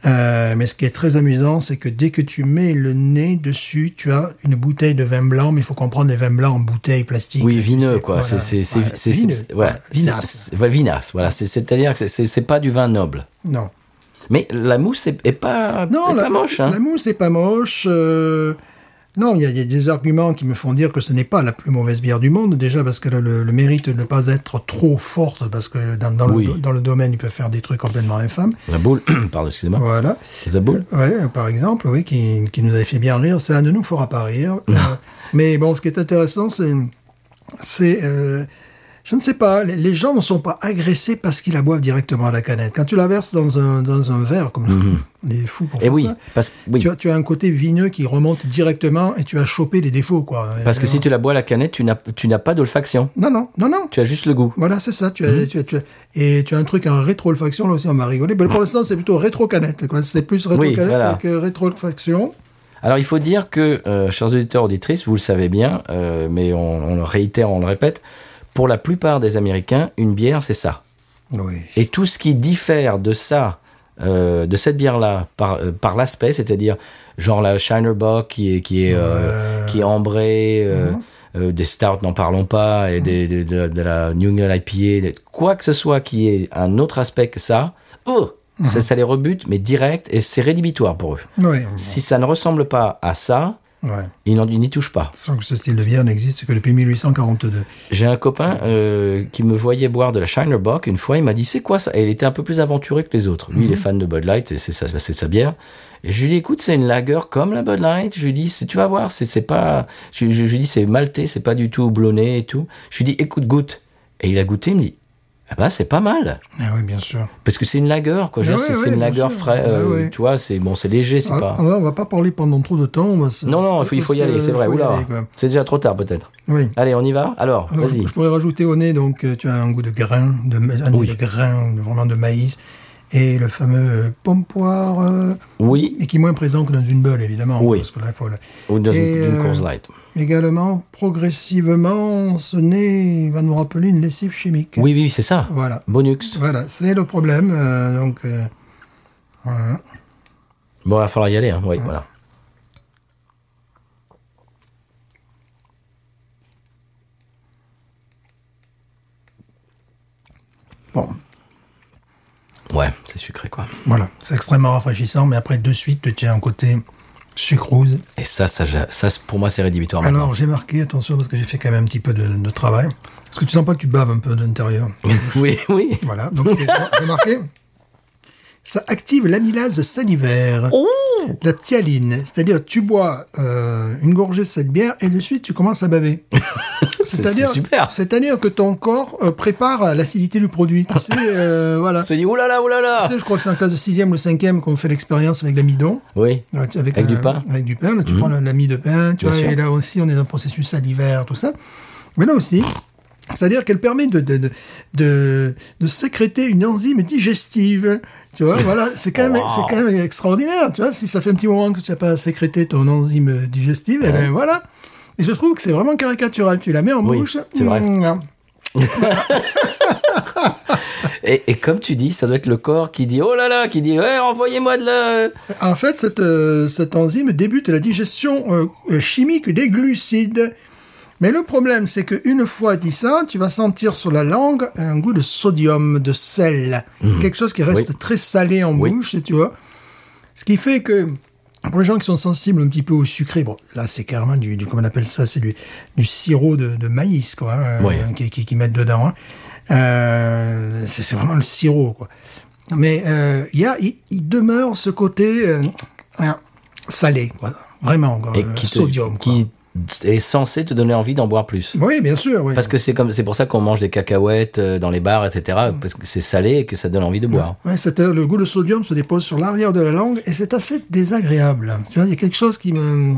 Euh, mais ce qui est très amusant, c'est que dès que tu mets le nez dessus, tu as une bouteille de vin blanc, mais il faut comprendre les vins blancs en bouteille plastique.
Oui,
tu
vineux,
sais,
quoi.
voilà.
C'est- C'est c'est-
Voilà,
c'est-
vineux,
c'est- ouais.
vinasse.
C'est- c'est- ouais, vinasse, voilà. C'est- C'est-à-dire que c'est- c'est c'est pas du vin noble.
Non.
Mais la mousse est, est pas, est
la,
pas moche, hein.
La mousse est pas moche. euh, non, il y, a- il y a des arguments qui me font dire que ce n'est pas la plus mauvaise bière du monde, déjà parce qu'elle a le, le mérite de ne pas être trop forte, parce que dans, dans
Oui.
le, do- dans le domaine, ils peuvent faire des trucs complètement infâmes.
La boule, pardon, excusez-moi.
Voilà.
La boule.
Ouais, par exemple, oui, qui, qui nous avait fait bien rire. Ça ne nous fera pas rire. Euh, mais bon, ce qui est intéressant, c'est. c'est euh, je ne sais pas, les, les gens ne sont pas agressés parce qu'ils la boivent directement à la canette. Quand tu la verses dans un, dans un verre, comme on est fou pour
Et
faire
Mhm. Eh oui,
ça,
parce que oui.
tu, as, tu as un côté vineux qui remonte directement et tu as chopé les défauts, quoi.
Parce que
Euh,
si tu la bois à la canette, tu n'as tu n'as pas d'olfaction.
Non, non, non, non.
Tu as juste le goût.
Voilà, c'est ça. Tu as,
Mhm.
tu as- tu as- et tu as un truc en rétro-olfaction, là aussi, on m'a rigolé. Mais pour l'instant, c'est plutôt rétro-canette. quoi. C'est plus rétro-canette
voilà.
que rétro-olfaction.
Alors il faut dire que, euh, chers auditeurs, auditrices, vous le savez bien, euh, mais on, on le réitère, on le répète, pour la plupart des Américains, une bière, c'est ça.
Oui.
Et tout ce qui diffère de ça, euh, de cette bière-là, par, euh, par l'aspect, c'est-à-dire genre la Shinerbock qui est, qui est, euh, qui est ambrée, euh, euh, des stouts, n'en parlons pas, et des, des- de, la- de la New England IPA, de- quoi que ce soit qui ait un autre aspect que ça, oh, ça, ça les rebute, mais direct, et c'est rédhibitoire pour eux.
Oui.
Si ça ne ressemble pas à ça,
Ouais.
ils n'en- ils n'y touchent pas.
Sans que ce style de bière n'existe que depuis 1842.
J'ai un copain euh, qui me voyait boire de la Shiner Bock une fois. Il m'a dit c'est quoi ça Et il était un peu plus aventuré que les autres. Lui,
Mhm.
il est fan de Bud Light et c'est sa, c'est sa bière. Et je lui dis écoute, c'est une lager comme la Bud Light. Je lui dis C'est- tu vas voir, c'est c'est pas. Je, je- je lui dis c'est maltais, c'est pas du tout blonné et tout. Je lui dis écoute, goûte. Et il a goûté, il me dit ah bah c'est pas mal
Ah oui, bien sûr.
parce que c'est une lager quoi. Je veux
Ah
dire, c'est
ouais,
c'est
ouais,
une
bien
lager
sûr.
frais.
Ah
euh,
ouais.
Tu vois, c'est bon, c'est léger, c'est
Alors,
pas.
alors, Ah, on va pas parler pendant trop de temps. on va se-
non non, il
parce
faut, il faut y
que
aller, c'est vrai.
faut y
Oula,
aller, quoi.
c'est déjà trop tard peut-être.
Oui.
Allez, on y va. Alors,
Alors,
vas-y.
je, je pourrais rajouter au nez, donc euh, tu as un goût de grain, de, ma- un
Oui.
nez de grain, vraiment de maïs, et le fameux euh, pompoir, euh,
Oui
et qui est moins présent que dans une bulle, évidemment.
Oui.
Parce que là, il faut le-
ou dans
Et,
une, une
euh,
course light.
Également, progressivement, ce nez va nous rappeler une lessive chimique.
Oui, oui, oui, c'est ça.
Voilà.
Bonux.
Voilà, c'est le problème. euh, donc, euh, voilà.
Bon, il va falloir y aller. Hein. Oui, voilà.
bon,
Ouais, c'est sucré, quoi.
voilà, c'est extrêmement rafraîchissant, mais après, de suite, tu as un côté sucrose.
Et ça, ça, j'a- ça, c'est- pour moi, c'est rédhibitoire maintenant.
Alors j'ai marqué, attention, parce que j'ai fait quand même un petit peu de, de travail. Est-ce que tu sens pas que tu baves un peu de l'intérieur
oui, oui.
Voilà, donc c'est- j'ai marqué. Ça active l'amylase salivaire, la ptialine. C'est-à-dire, tu bois euh, une gorgée de cette bière et de suite, tu commences à baver.
C'est c'est super.
C'est-à-dire que ton corps euh, prépare l'acidité du produit. Tu sais, euh, voilà.
On se dit, oulala, oulala.
Tu sais, je crois que c'est en classe de 6 ou 5 qu'on fait l'expérience avec l'amidon.
Oui.
Ouais, tu- Avec,
Avec
un-
du pain. Mmh.
Avec du pain. Là, tu prends un ami de pain, tu
Bien
vois,
sûr.
et là aussi, on est dans un processus salivaire, tout ça. Mais là aussi, c'est-à-dire qu'elle permet de, de, de, de, de sécréter une enzyme digestive. Tu vois, voilà, c'est quand, même
Wow.
c'est quand même extraordinaire. Tu vois, si ça fait un petit moment que tu n'as pas sécrété ton enzyme digestive, eh ben voilà. Et je trouve que c'est vraiment caricatural. Tu la mets en
Oui,
bouche.
c'est vrai.
mm,
Et, et comme tu dis, ça doit être le corps qui dit, oh là là, qui dit, ouais, envoyez-moi de la...
En fait, cette, euh, cette enzyme débute la digestion euh, euh, chimique des glucides. Mais le problème, c'est qu'une fois dit ça, tu vas sentir sur la langue un goût de sodium, de sel. Quelque chose qui reste
Mhm. Oui.
très salé en
Oui.
bouche, tu vois. Ce qui fait que, pour les gens qui sont sensibles un petit peu au sucré, bon, là, c'est carrément du, du- comment on appelle ça, c'est du, du sirop de, de maïs, quoi, hein,
Oui.
euh, qui, qui, qui mettent dedans. hein. Euh, c'est c'est vraiment le sirop, quoi. Mais euh, il y a, il il demeure ce côté euh, hein, salé, quoi. Vraiment, quoi.
Et
euh,
qui, te-
sodium, quoi.
qui est censé te donner envie d'en boire plus.
Oui, bien sûr, oui.
Parce que c'est comme c'est pour ça qu'on mange des cacahuètes euh, dans les bars, etc. Parce que c'est salé et que ça donne envie de boire.
Ouais, c'est-à-dire le goût de sodium se dépose sur l'arrière de la langue et c'est assez désagréable. Tu vois, il y a quelque chose qui me...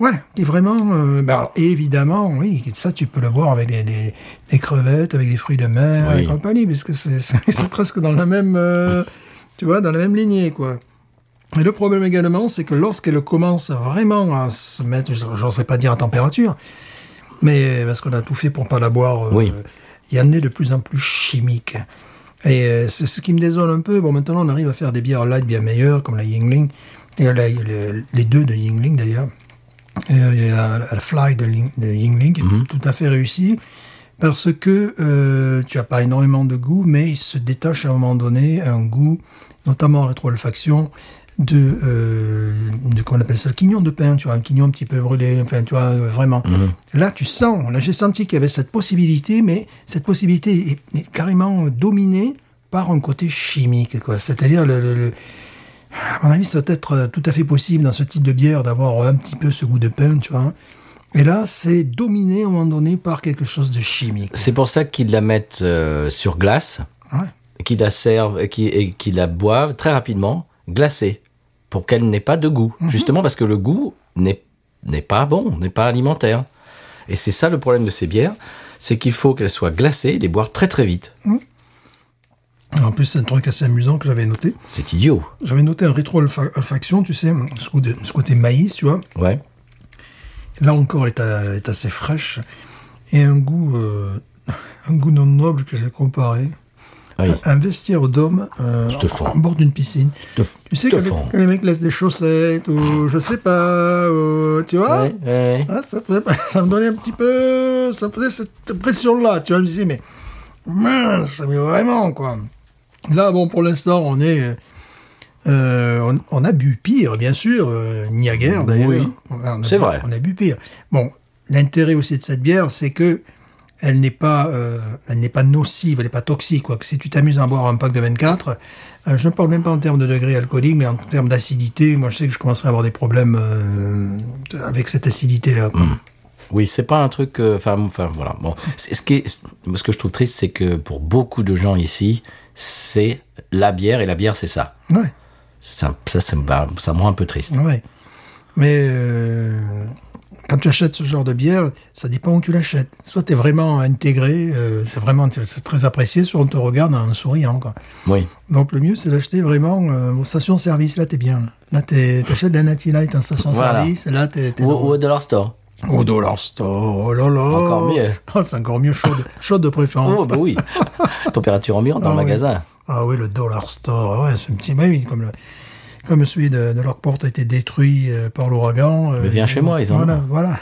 Ouais, qui est vraiment... euh, bah alors, évidemment, oui, ça, tu peux le boire avec des, des- des crevettes, avec des fruits de mer
Oui.
et compagnie, parce que c'est c'est- c'est presque dans la même... euh, tu vois, dans la même lignée, quoi. Et le problème également, c'est que lorsqu'elle commence vraiment à se mettre, je ne sais pas dire à température, mais parce qu'on a tout fait pour pas la boire, euh,
Oui.
il y en est de plus en plus chimique. Et euh, c'est ce qui me désole un peu. Bon, maintenant, on arrive à faire des bières light bien meilleures, comme la Yingling, et la- le- les deux de Yingling d'ailleurs. Et, euh, il y a la, la Fly de, Ling- de Yingling, qui est tout à fait réussie, parce que euh, tu as pas énormément de goût, mais il se détache à un moment donné un goût, notamment en rétro-olfaction, de, euh, de comment on appelle ça, le quignon de pain, tu vois, un quignon un petit peu brûlé, enfin, tu vois, euh, vraiment. Là, tu sens, là, j'ai senti qu'il y avait cette possibilité, mais cette possibilité est, est carrément euh, dominée par un côté chimique, quoi. C'est-à-dire le- le- le, à mon avis, ça doit être euh, tout à fait possible dans ce type de bière d'avoir euh, un petit peu ce goût de pain, tu vois. Et là, c'est dominé à un moment donné par quelque chose de chimique.
C'est pour ça qu'ils la mettent euh, sur glace,
Ouais.
qu'ils la servent et qui- et qu'ils la boivent très rapidement, glacée, pour qu'elle n'ait pas de goût.
Mhm.
Justement parce que le goût n'est n'est pas bon, n'est pas alimentaire. Et c'est ça le problème de ces bières, c'est qu'il faut qu'elles soient glacées et les boire très très vite.
En plus, c'est un truc assez amusant que j'avais noté.
C'est idiot.
J'avais noté un rétro-olfaction, tu sais, ce, goût de- ce côté maïs, tu vois.
Ouais.
Là encore, elle est, à- elle est assez fraîche. Et un goût, euh, un goût non noble que j'ai comparé.
Oui.
Un vestiaire d'homme euh,
te fous.
en bord d'une piscine.
Te f-
Tu sais,
te
quand les,
fous.
quand les mecs laissent des chaussettes ou je sais pas, ou- tu vois
Ouais, ouais, ouais.
Ah, ça, faisait- ça me donnait un petit peu. Ça faisait cette pression-là. Tu vois, je me disais, mais mince, mais vraiment, quoi. Là, bon, pour l'instant, on est. euh, on, on a bu pire, bien sûr. Euh, il n'y a guère, d'ailleurs.
Oui,
On a- on a
c'est
bu-
vrai.
On a bu pire. Bon, l'intérêt aussi de cette bière, c'est que. Elle n'est pas, euh, elle n'est pas nocive, elle n'est pas toxique. Quoi. Que Si tu t'amuses à en boire un pack de 24, euh, je ne parle même pas en termes de degré alcoolique, mais en termes d'acidité. Moi, je sais que je commencerai à avoir des problèmes euh, avec cette acidité-là. quoi.
Oui, c'est pas un truc. euh, Enfin, enfin, voilà. Bon, C'est- ce qui est- moi, ce que je trouve triste, c'est que pour beaucoup de gens ici, c'est la bière et la bière, c'est ça.
Ouais,
Ça, ça, ça, me, va- ça me rend un peu triste.
ouais. Mais euh, quand tu achètes ce genre de bière, ça dépend où tu l'achètes. Soit tu es vraiment intégré, euh, c'est vraiment c'est très apprécié, soit on te regarde en souriant. Quoi.
Oui.
Donc le mieux, c'est d'acheter vraiment euh, en station-service. Là, t'es bien. Là, t'es- t'achètes de la Natty Light en station-service. Là, t'es t'es
Ou,
dans-
ou au Dollar Store.
au Dollar Store. Oh là là.
Encore mieux.
Ah, c'est encore mieux, chaude, chaude de préférence.
Oh, bah oui. Température ambiante dans
Ah
le
oui.
magasin.
Ah oui, le Dollar Store, Ah ouais, c'est un petit mais oui, comme le- comme celui de, de leur porte a été détruit euh, par l'ouragan. euh,
Mais viens
ils-
chez moi, ils en
Voilà,
ont.
voilà.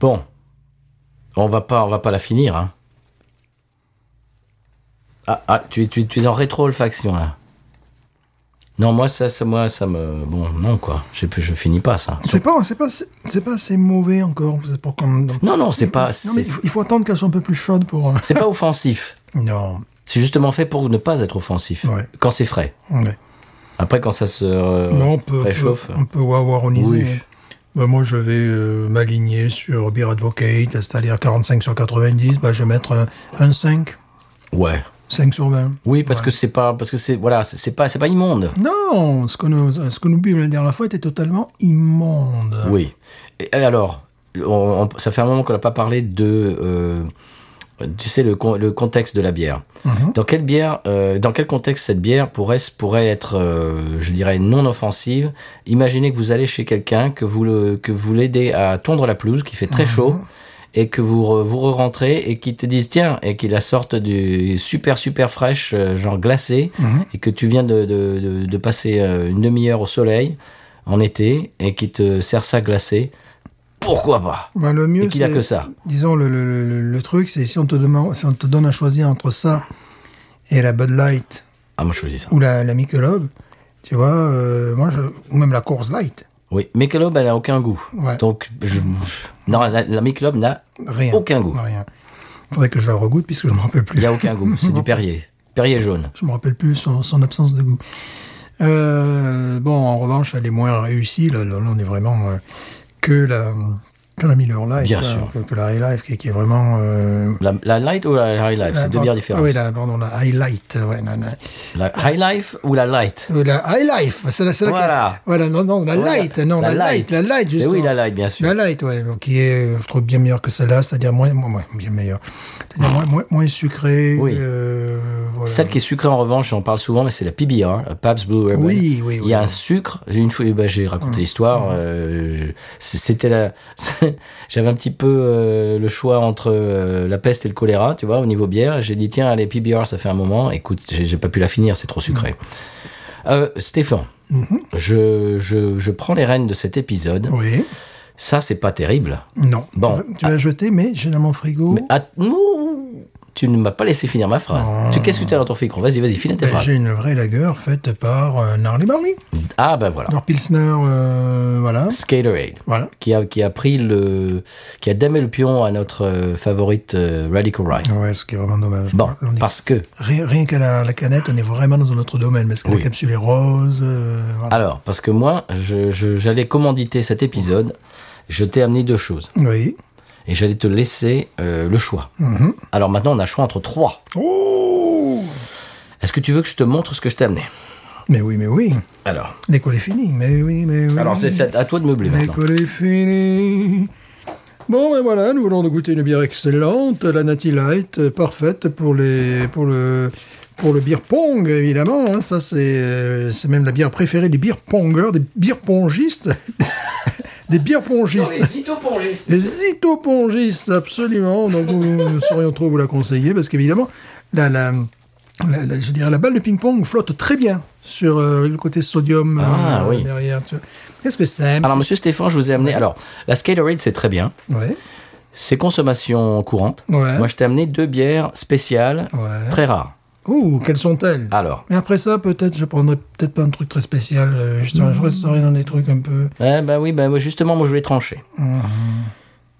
Bon, on va pas, on va pas la finir. Hein. Ah, ah, tu, tu, tu es en rétro olfaction là. Non, moi, ça, ça- moi, ça me. Bon, non, quoi. Je, sais plus, je finis pas ça.
C'est pas, c'est pas, c'est pas assez mauvais encore. c'est Pour qu'on-
Non, non, c'est pas.
Non, mais
C'est
il faut, il faut attendre qu'elles soient un peu plus chaudes pour. euh,
c'est pas offensif.
Non.
C'est justement fait pour ne pas être offensif.
Ouais.
Quand c'est frais.
Ouais.
Après, quand ça se euh,
Non, on peut,
réchauffe.
on peut waroniser.
Oui.
Bah, moi, je vais euh, m'aligner sur Beer Advocate, c'est-à-dire 45 sur 90. Bah, je vais mettre un, un 5,
Ouais.
5 sur 20.
Oui, parce que c'est pas, parce que c'est, voilà, c'est- c'est pas, c'est pas immonde.
Non, ce que nous, ce que nous buvons la dernière fois était totalement immonde.
Oui. Et et alors, on- on- ça fait un moment qu'on n'a pas parlé de, euh, tu sais, le, con- le contexte de la bière. Dans quelle bière, euh, dans quel contexte cette bière pourrait, se- pourrait être, euh, je dirais, non offensive Imaginez que vous allez chez quelqu'un, que vous le, que vous l'aidez à tondre la pelouse, qui fait très chaud. Et que vous re- vous re rentrez et qu'il te dise tiens et qu'il la sorte du super super fraîche euh, genre glacée
Mhm.
et que tu viens de, de, de- de passer euh, une demi-heure au soleil en été et qui te sert ça glacé, pourquoi pas
Bah, le mieux,
Et qu'il a
c'est-
que ça.
Disons, le, le- le- le- le truc, c'est si on te demande, si on te donne à choisir entre ça et la Bud Light
Ah, moi je choisis ça.
ou la, la Michelob, tu vois, euh, moi, je- ou même la Coors Light,
Oui, Michelob, elle n'a aucun goût.
Ouais.
Donc, je... non, la, la Michelob n'a
rien.
aucun goût.
Rien. Faudrait que je la regoute puisque je me rappelle plus.
Il n'y a aucun goût. C'est du Perrier. Perrier jaune.
Je me rappelle plus son, son absence de goût. Euh, bon, en revanche, elle est moins réussie. Là, là, là, on est vraiment euh, que la que la Miller Life,
Bien
là,
sûr.
que, que la High Life, qui, qui est vraiment. euh,
La, la Light ou la High Life
la-
C'est deux bières différentes.
Ah oui, la, pardon, la High Light. ouais, la, la-
La High Life ou la Light
euh, la High Life, c'est la, c'est la
Voilà.
voilà, non, non, la
Voilà.
Light, non, la, Light, la Light,
Mais
justement.
oui, la Light, bien sûr.
La Light, ouais, donc, qui est, euh, je trouve, bien meilleure que celle-là, c'est-à-dire moins, moins, moins- bien meilleure, c'est-à-dire moins, moins, moins sucrée.
Oui.
euh, voilà.
Celle qui est sucrée en revanche, j'en parle souvent, mais c'est la PBR, la Pabst Blue Ribbon.
Oui, oui, Mmh. oui.
Il y a un sucre. Une fois, ben, j'ai raconté l'histoire. euh, c'est- C'était la. J'avais un petit peu euh, le choix entre euh, la peste et le choléra, tu vois, au niveau bière. J'ai dit tiens, allez PBR, ça fait un moment. Écoute, j'ai j'ai pas pu la finir, c'est trop sucré.
Mmh.
Euh, Stéphane, je, je, je prends les rênes de cet épisode.
Oui.
Ça, c'est pas terrible.
Non.
Bon.
Tu vas- Tu vas jeter, mais j'ai dans mon frigo.
Mais ah, att- non, tu ne m'as pas laissé finir ma phrase. Tu qu'est-ce que tu as dans ton frigo Vas-y, vas-y, finis tes
Ben,
phrases.
Ah. j'ai une vraie lagueur faite par euh, Gnarly Barley.
Ah ben voilà.
Leur Pilsner, euh, voilà.
Skaterade.
Voilà.
Qui a, qui a pris le. qui a damé le pion à notre euh, favorite euh, Radical Rye.
Ouais, ce qui est vraiment dommage.
Bon,
On est-
parce que.
rien, rien qu'à la, la canette, on est vraiment dans un autre domaine, parce que
Oui.
la capsule est rose. euh, voilà.
Alors, parce que moi, je- je- j'allais commanditer cet épisode, je t'ai amené deux choses.
Oui.
Et j'allais te laisser euh, le choix.
Mhm.
Alors maintenant, on a le choix entre trois.
Oh
Est-ce que tu veux que je te montre ce que je t'ai amené
Mais oui, mais oui.
Alors,
L'école est finie. Mais oui, mais oui.
alors c'est- c'est à toi de meubler maintenant.
L'école est finie. Bon, et voilà, nous venons de goûter une bière excellente, la Natty Light, euh, parfaite pour, les, pour, le, pour le beer pong, évidemment. hein. Ça, c'est euh, c'est même la bière préférée des beer pongers, des beer pongistes. des beer pongistes. Les itopongistes, absolument. Donc, nous, nous saurions trop vous la conseiller parce qu'évidemment, la, la, la- la- je dirais, la balle de ping-pong flotte très bien sur euh, le côté sodium euh,
Ah, oui.
derrière. tu vois. Qu'est-ce que c'est
Alors, monsieur Stéphane, je vous ai amené. Alors, la Skaterade, c'est très bien.
Ouais.
C'est consommation courante.
Ouais.
Moi, je t'ai amené deux bières spéciales,
Ouais.
très rares.
Ouh, quelles sont-elles
Alors.
Mais après ça, peut-être, je prendrais peut-être pas un truc très spécial. euh, Je, je resterai dans des trucs un peu.
Eh ben oui, ben oui, justement, moi je voulais trancher.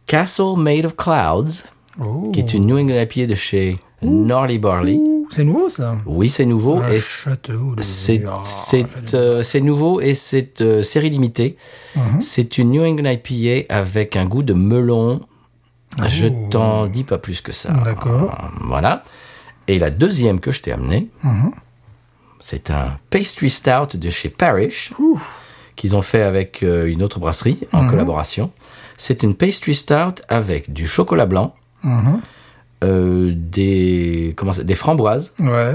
Castle Made of Clouds,
Oh.
qui est une New England IPA de chez Gnarly Barley.
C'est nouveau, ça
Oui, c'est nouveau.
Un
et
château de-
Oh, c'est
Ah,
c'est, euh, c'est nouveau et c'est euh, série limitée. C'est une New England IPA avec un goût de melon. Je t'en dis pas plus que ça.
D'accord.
Voilà. Et la deuxième que je t'ai amenée, c'est un pastry stout de chez Parrish, qu'ils ont fait avec euh, une autre brasserie en collaboration. C'est une pastry stout avec du chocolat blanc, euh, des, comment ça- des framboises
Ouais.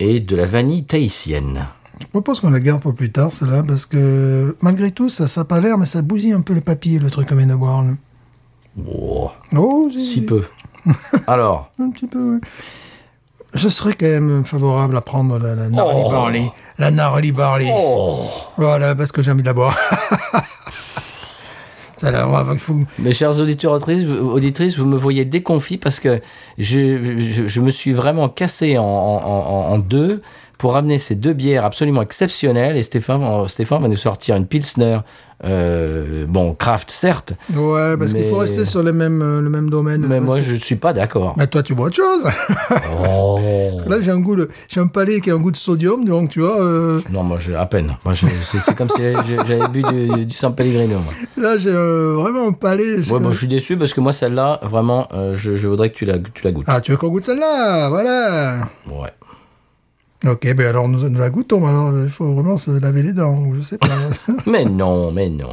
et de la vanille tahitienne.
Je propose qu'on la garde pour plus tard, celle-là, parce que malgré tout, ça n'a pas l'air, mais ça bousille un peu les papiers, le truc comme vient de boire. là.
Oh,
Oh,
si peu. Alors,
Un petit peu, ouais. Je serais quand même favorable à prendre la, la Gnarly
Oh.
Barley. La Gnarly Barley.
oh,
Voilà, parce que j'ai envie de la boire. ça là, on va- il faut-
mes chers auditeurs autrices, auditrices, vous me voyez déconfit parce que je, je, je me suis vraiment cassé en, en- en- en deux pour amener ces deux bières absolument exceptionnelles. Et Stéphane, euh, Stéphane va nous sortir une Pilsner, euh, bon, craft certes,
Ouais, parce qu'il faut
Mais-
rester sur le même, euh, le même domaine.
mais
Parce
moi
que-
je ne suis pas d'accord.
Mais toi, tu bois autre chose.
Oh.
Là, j'ai un goût de, j'ai un palais qui a un goût de sodium, donc tu vois, euh,
Non, moi je, à peine. Moi, je- c'est c'est comme si j'avais j'avais bu du, du San Pellegrino. moi.
là, j'ai euh, vraiment un palais. parce
Ouais,
que-
bon, je suis déçu parce que moi celle-là, vraiment, euh, je, je voudrais que tu la, que tu la goûtes.
Ah, tu veux qu'on goûte celle-là Voilà.
Ouais.
Ok, ben alors nous, nous la goûtons. Alors, il faut vraiment se laver les dents. ou Je sais pas.
Mais non, mais non.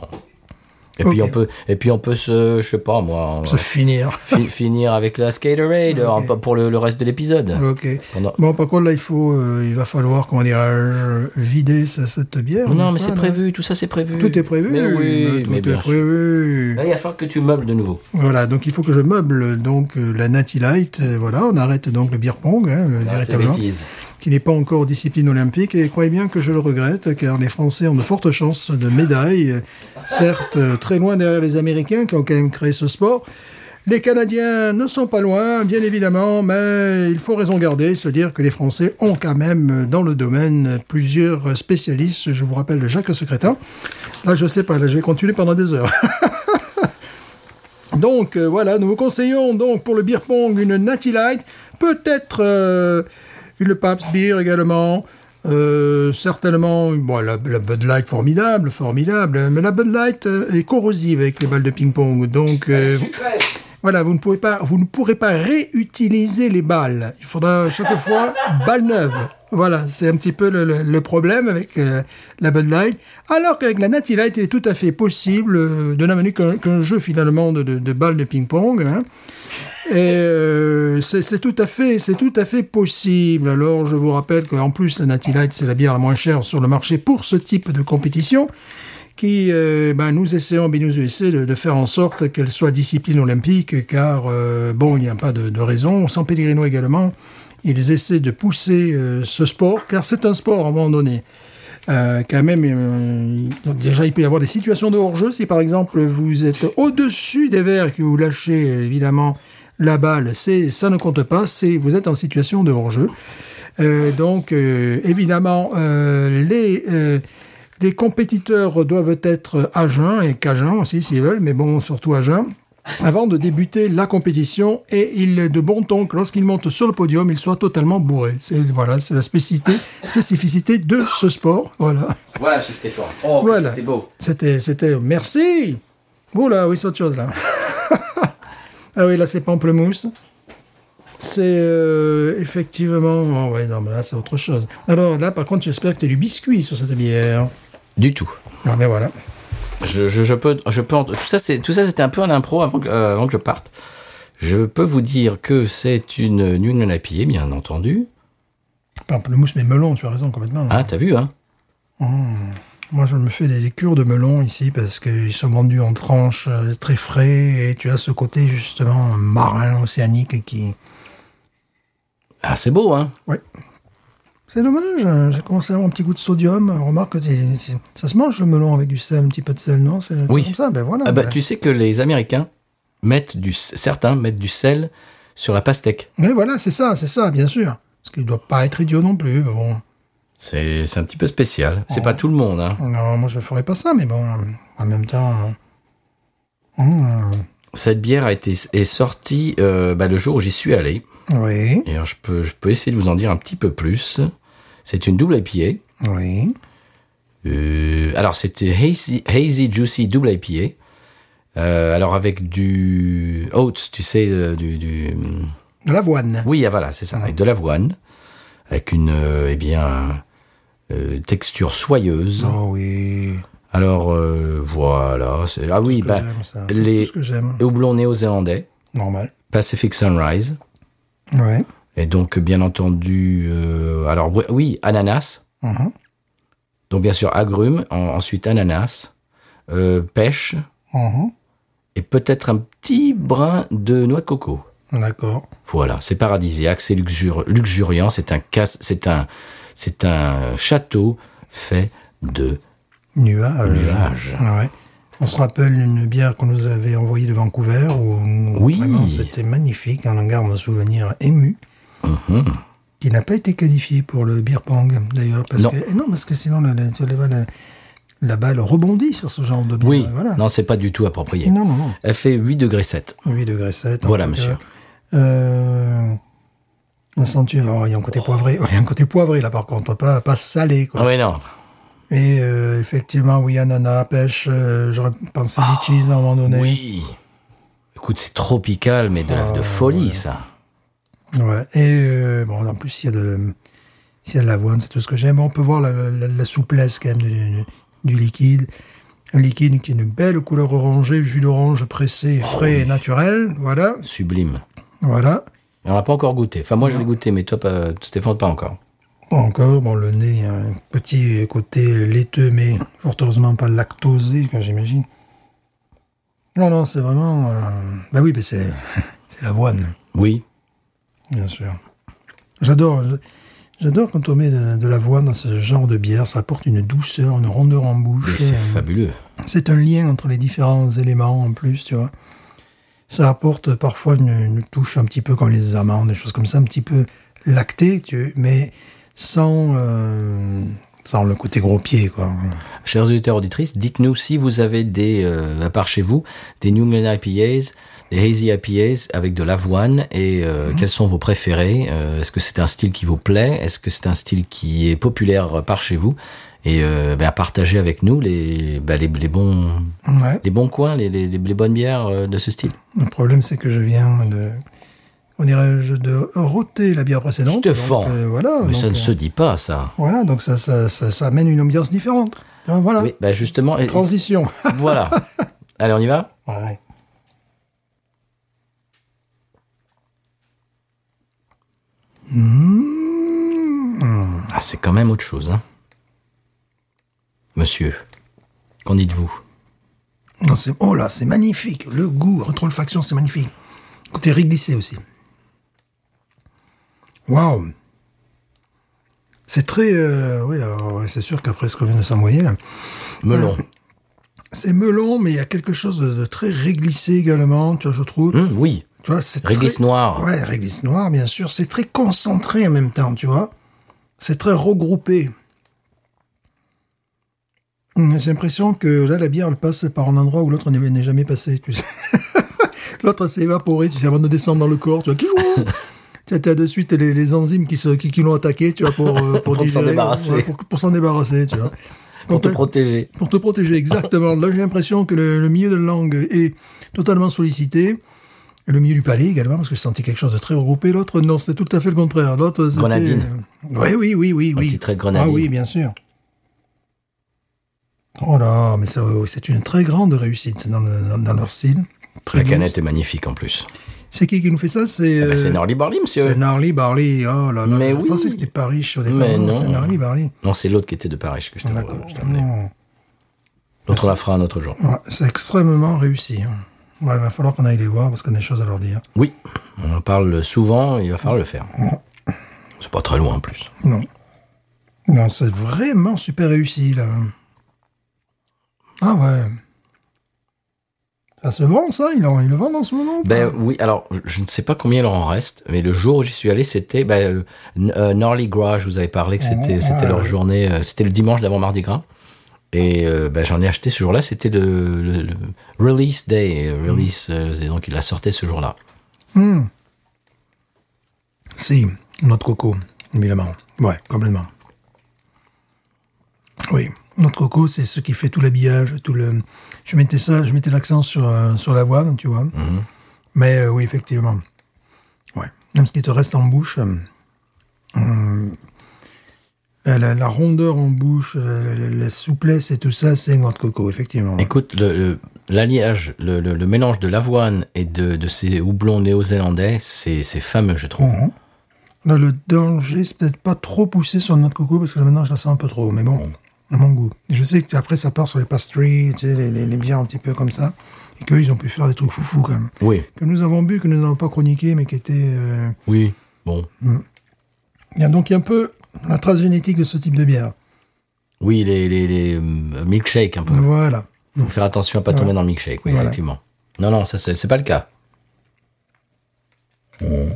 Et puis
Ok.
on peut, et puis on peut se, je sais pas moi,
se finir.
fi- finir avec la Skaterade alors, pas pour le, le reste de l'épisode.
Ok.
Pendant-
Bon, par contre, là, il faut, euh, il va falloir, comment dirais-je, vider ce- cette bière.
Non,
n'est-ce
mais
pas,
c'est
là
prévu, tout ça c'est prévu.
Tout est prévu.
Mais oui,
tout
mais
est
bien sûr.
prévu.
Là, il va falloir que tu meubles de nouveau.
Voilà, donc il faut que je meuble donc euh, la Natty Light. euh, voilà, on arrête donc le beer pong, hein, euh,
Arrête les
véritablement,
Ah, bêtises.
qui n'est pas encore discipline olympique. Et croyez bien que je le regrette, car les Français ont de fortes chances de médailles, euh, certes euh, très loin derrière les Américains qui ont quand même créé ce sport. Les Canadiens ne sont pas loin, bien évidemment, mais il faut raison garder, se dire que les Français ont quand même euh, dans le domaine euh, plusieurs spécialistes. Je vous rappelle Jacques Secrétin. Là, je sais pas, là, je vais continuer pendant des heures. Donc euh, voilà, nous vous conseillons donc pour le beer pong une Natty Light, peut-être euh, une Pabst Beer également, euh, certainement bon, la, la Bud Light formidable, formidable, hein, mais la Bud Light euh, est corrosive avec les balles de ping-pong, donc euh, voilà, vous ne pouvez pas, vous ne pourrez pas réutiliser les balles. Il faudra chaque fois balle neuve. Voilà, c'est un petit peu le, le- le problème avec euh, la Bud Light. Alors qu'avec la Natty Light, il est tout à fait possible euh, de n'amener qu'un qu'un jeu finalement de, de- de balles de ping-pong. hein. Et euh, c'est c'est tout à fait, c'est tout à fait possible. Alors, je vous rappelle qu'en plus, la Natty Light, c'est la bière la moins chère sur le marché pour ce type de compétition. Qui, euh, ben, nous essayons, bien nous essayons de, de faire en sorte qu'elle soit discipline olympique, car euh, bon, il n'y a pas de, de raison. San Pellegrino également, ils essaient de pousser euh, ce sport, car c'est un sport à un moment donné. Euh, quand même, euh, donc déjà, il peut y avoir des situations de hors-jeu. Si par exemple, vous êtes au-dessus des verres et que vous lâchez euh, évidemment la balle, c'est ça ne compte pas. C'est vous êtes en situation de hors-jeu. Euh, donc, euh, évidemment, euh, les euh, les compétiteurs doivent être à jeun et qu'à jeun aussi s'ils veulent, mais bon, surtout à jeun. Avant de débuter la compétition, et il est de bon ton que lorsqu'il monte sur le podium, il soit totalement bourré. C'est voilà, c'est la spécificité, spécificité de ce sport. Voilà.
Voilà, c'est Stéphane. Oh,
Voilà.
c'était beau.
C'était, c'était, merci. Oula, oui, c'est autre chose là. ah oui, là c'est pamplemousse. C'est euh, effectivement. Oh, ouais, non, mais là c'est autre chose. Alors là, par contre, j'espère que tu as du biscuit sur cette bière.
Du tout.
Non, mais voilà.
Je, je, je peux, je peux. en- Tout ça, c'est tout ça, c'était un peu un impro avant que, euh, avant que je parte. Je peux vous dire que c'est une New England IPA, bien entendu.
Pamplemousse, mais melon, tu as raison complètement.
Ah, t'as vu, hein
Moi, je me fais des, des cures de melon ici parce qu'ils sont vendus en tranches euh, très frais et tu as ce côté justement marin, océanique qui.
Ah, c'est beau, hein
C'est dommage, hein, j'ai commencé à avoir un petit goût de sodium. Remarque que c'est- c'est- ça se mange le melon avec du sel, un petit peu de sel, non C'est
Oui.
comme ça, ben voilà.
Ah bah,
ben.
tu sais que les Américains mettent du, certains mettent du sel sur la pastèque.
Mais voilà, c'est ça, c'est ça, bien sûr. Parce qu'il doit pas être idiot non plus. mais Bon,
C'est c'est un petit peu spécial. C'est pas tout le monde, hein.
non, moi je ferais pas ça, mais bon, en même temps. euh, hum,
Cette bière a été est sortie euh, bah, le jour où j'y suis allé.
Oui,
Et alors, je peux, je peux essayer de vous en dire un petit peu plus. C'est une double IPA.
oui.
Euh, alors, c'était hazy, hazy Juicy Double IPA. Euh, alors, avec du oats, tu sais, euh, du, du-
De l'avoine.
Oui, ah, voilà, c'est ça, avec de l'avoine. Avec une, euh, eh bien, euh, texture soyeuse.
Oh oui.
Alors, euh, voilà. c'est- Ah oui,
que
bah,
j'aime, ça. C'est
les
tout ce que j'aime.
houblons néo-zélandais,
Normal.
Pacific Sunrise.
Ouais.
Et donc, bien entendu, euh, alors oui, oui, ananas.
Mhm.
Donc, bien sûr, agrumes, en- ensuite ananas, euh, pêche,
Mhm.
et peut-être un petit brin de noix de coco.
D'accord.
Voilà, c'est paradisiaque, c'est luxur- luxuriant, c'est un casse, c'est un, c'est un château fait de
Nuage.
nuages.
Ah Ouais. On se rappelle une bière qu'on nous avait envoyée de Vancouver où
Oui. Mhm.
vraiment c'était magnifique. On en garde un souvenir ému. qui n'a pas été qualifié pour le beer pong, d'ailleurs. Parce
Non.
Que, eh non, parce que sinon, la, la, tu vois, la- la balle rebondit sur ce genre de bière.
Oui,
Euh, voilà.
non, c'est pas du tout approprié.
Non, non, non.
Elle fait 8 degrés 7.
8 degrés 7. en
Voilà,
tout cas.
monsieur.
Euh, un centure. Alors, il y a un côté poivré. Ouais, Il y a un côté poivré, là, par contre. Pas, pas salé, quoi.
Ah oui, non.
Et euh, effectivement, oui, ananas, pêche. euh, J'aurais pensé litchis à un moment donné.
Ah. Oui. Écoute, c'est tropical, mais de, la- de folie, ça.
Ouais. Et euh, bon, en plus, il y a de, s'il y a de l'avoine, c'est tout ce que j'aime. On peut voir la, la- la souplesse quand même du, du liquide. Un liquide qui a une belle couleur orangée, jus d'orange pressé, frais et naturel. Voilà,
Sublime.
voilà.
Mais On n'a pas encore goûté. Enfin, moi, je l'ai goûté, mais toi, pas- Stéphane, pas encore.
Bon, encore, bon, le nez, un petit côté laiteux, mais fort heureusement pas lactosé, quoi, j'imagine. Non, non, c'est vraiment... euh, Bah oui, mais c'est c'est l'avoine.
Oui.
Bien sûr. J'adore. je- J'adore quand on met de, de l'avoine dans ce genre de bière. Ça apporte une douceur, une rondeur en
Mais
bouche.
c'est
Euh,
fabuleux.
C'est un lien entre les différents éléments en plus, tu vois. Ça apporte parfois une, une touche un petit peu comme les amandes, des choses comme ça, un petit peu lactée, tu, mais sans, euh, sans le côté gros pied, quoi.
Chers auditeurs, auditrices, dites-nous si vous avez des, euh, à part chez vous, des New England IPAs, des Hazy IPAs avec de l'avoine et euh, quels sont vos préférés. Euh, Est-ce que c'est un style qui vous plaît Est-ce que c'est un style qui est populaire euh, par chez vous Et euh, ben, partagez avec nous les, ben, les, les bons,
Ouais.
les bons coins, les, les, les bonnes bières euh, de ce style.
Le problème, c'est que je viens de, on dirait, de roter la bière précédente. donc,
Stéphane.
euh, voilà.
Mais
donc,
ça ne
euh,
se dit pas, ça.
Voilà, donc ça, ça, ça, ça amène une ambiance différente. Tu vois, Voilà,
Oui, ben, justement, et-
transition.
voilà. Allez, on y va
Ouais.
Ah, c'est quand même autre chose, hein. Monsieur, qu'en dites-vous
Non, c'est- oh là, c'est magnifique. Le goût, rétro-olfaction, c'est magnifique. Côté réglissé aussi. Waouh C'est très... euh, oui, alors ouais, c'est sûr qu'après ce qu'on vient de s'envoyer, là,
Melon.
c'est melon, mais il y a quelque chose de, de très réglissé également, tu vois, je trouve.
Hum, oui.
Tu vois, c'est
Réglisse
très-
noire.
Ouais, réglisse noire, bien sûr. C'est très concentré en même temps, tu vois. C'est très regroupé. Hum, J'ai l'impression que là, la bière, elle passe par un endroit où l'autre n'est n'est jamais passé, tu sais. l'autre s'est évaporé, tu sais, avant de descendre dans le corps, tu vois. Kiou Tu as- tu as de suite les, les enzymes qui, se- qui, qui l'ont attaqué, tu vois, pour, euh, pour,
Pour s'en
digérer,
débarrasser.
ouais, pour, pour s'en débarrasser, tu vois.
Pour te
Complète-
protéger.
pour te protéger, exactement. Là, j'ai l'impression que le, le milieu de la langue est totalement sollicité. Et le milieu du palais également, parce que je sentais quelque chose de très regroupé. L'autre, non, c'était tout à fait le contraire. L'autre, c'était...
Grenadine.
Oui, oui, oui, oui. oui.
petit trait de grenadine.
Ah oui, bien sûr. Oh là, mais ça, oui, c'est une très grande réussite dans, le- dans- dans leur style. Très
La
douce.
canette est magnifique en plus.
C'est qui qui nous fait ça C'est
Ah bah, c'est
euh,
Norli Barli,
c'est
monsieur.
Gnarly Barley. Oh là là,
Mais
je
oui.
pensais que c'était pas riche au départ.
Mais
Non,
non.
c'est Gnarly Barley.
Non, c'est l'autre qui était de Paris que je t'ai-
D'accord.
je t'ai amené. L'autre, on la fera un autre jour.
Ouais, c'est extrêmement réussi. hein. Ouais, il va falloir qu'on aille les voir parce qu'on a des choses à leur dire.
Oui, on en parle souvent, il va falloir le faire. C'est pas très loin en plus.
Non. Non, c'est vraiment super réussi, là. Ah ouais. Ça se vend, ça Ils, en- ils le vendent en ce moment
Ben
quoi
oui, alors je- je ne sais pas combien il en reste, mais le jour où j'y suis allé, c'était ben, euh, N- euh, Norley Gras. Je vous avais parlé que c'était
Ouais,
c'était
ouais,
leur
Ah, ouais.
journée, euh, c'était le dimanche d'avant Mardi Gras. Et euh, ben, j'en ai acheté ce jour-là, c'était le, le- le release day, euh, release, euh, et donc il la sortait ce jour-là.
Hmm. Si, notre coco, évidemment. Ouais, complètement. Oui, notre coco, c'est ce qui fait tout l'habillage, tout le. Je mettais ça, je mettais l'accent sur, euh, sur l'avoine, tu vois. Mais euh, oui, effectivement. Ouais. Même ce qui te reste en bouche. euh, hum, la, la- la rondeur en bouche, la, la- la souplesse et tout ça, c'est noix de coco, effectivement.
Écoute, le- le- l'alliage, le, le- le mélange de l'avoine et de, de ces houblons néo-zélandais, c'est c'est fameux, je trouve.
Mhm. Là, le danger, c'est peut-être pas trop poussé sur notre coco, parce que là, maintenant, je la sens un peu trop. Mais bon, à mon goût. Et je sais que après, ça part sur les pastries, tu sais, les, les, les bières un petit peu comme ça. Et qu'eux, ils ont pu faire des trucs foufous, quand même.
Oui,
Que nous avons bu, que nous n'avons pas chroniqué, mais qui étaient. euh,
oui, bon.
Il y a donc un peu la trace génétique de ce type de bière.
Oui, les, les, les, euh, milkshakes un peu.
Voilà.
Faut faire attention à pas tomber dans le milkshake, oui,
Voilà.
effectivement. Non, non, ça, c'est c'est pas le cas.
Hmm.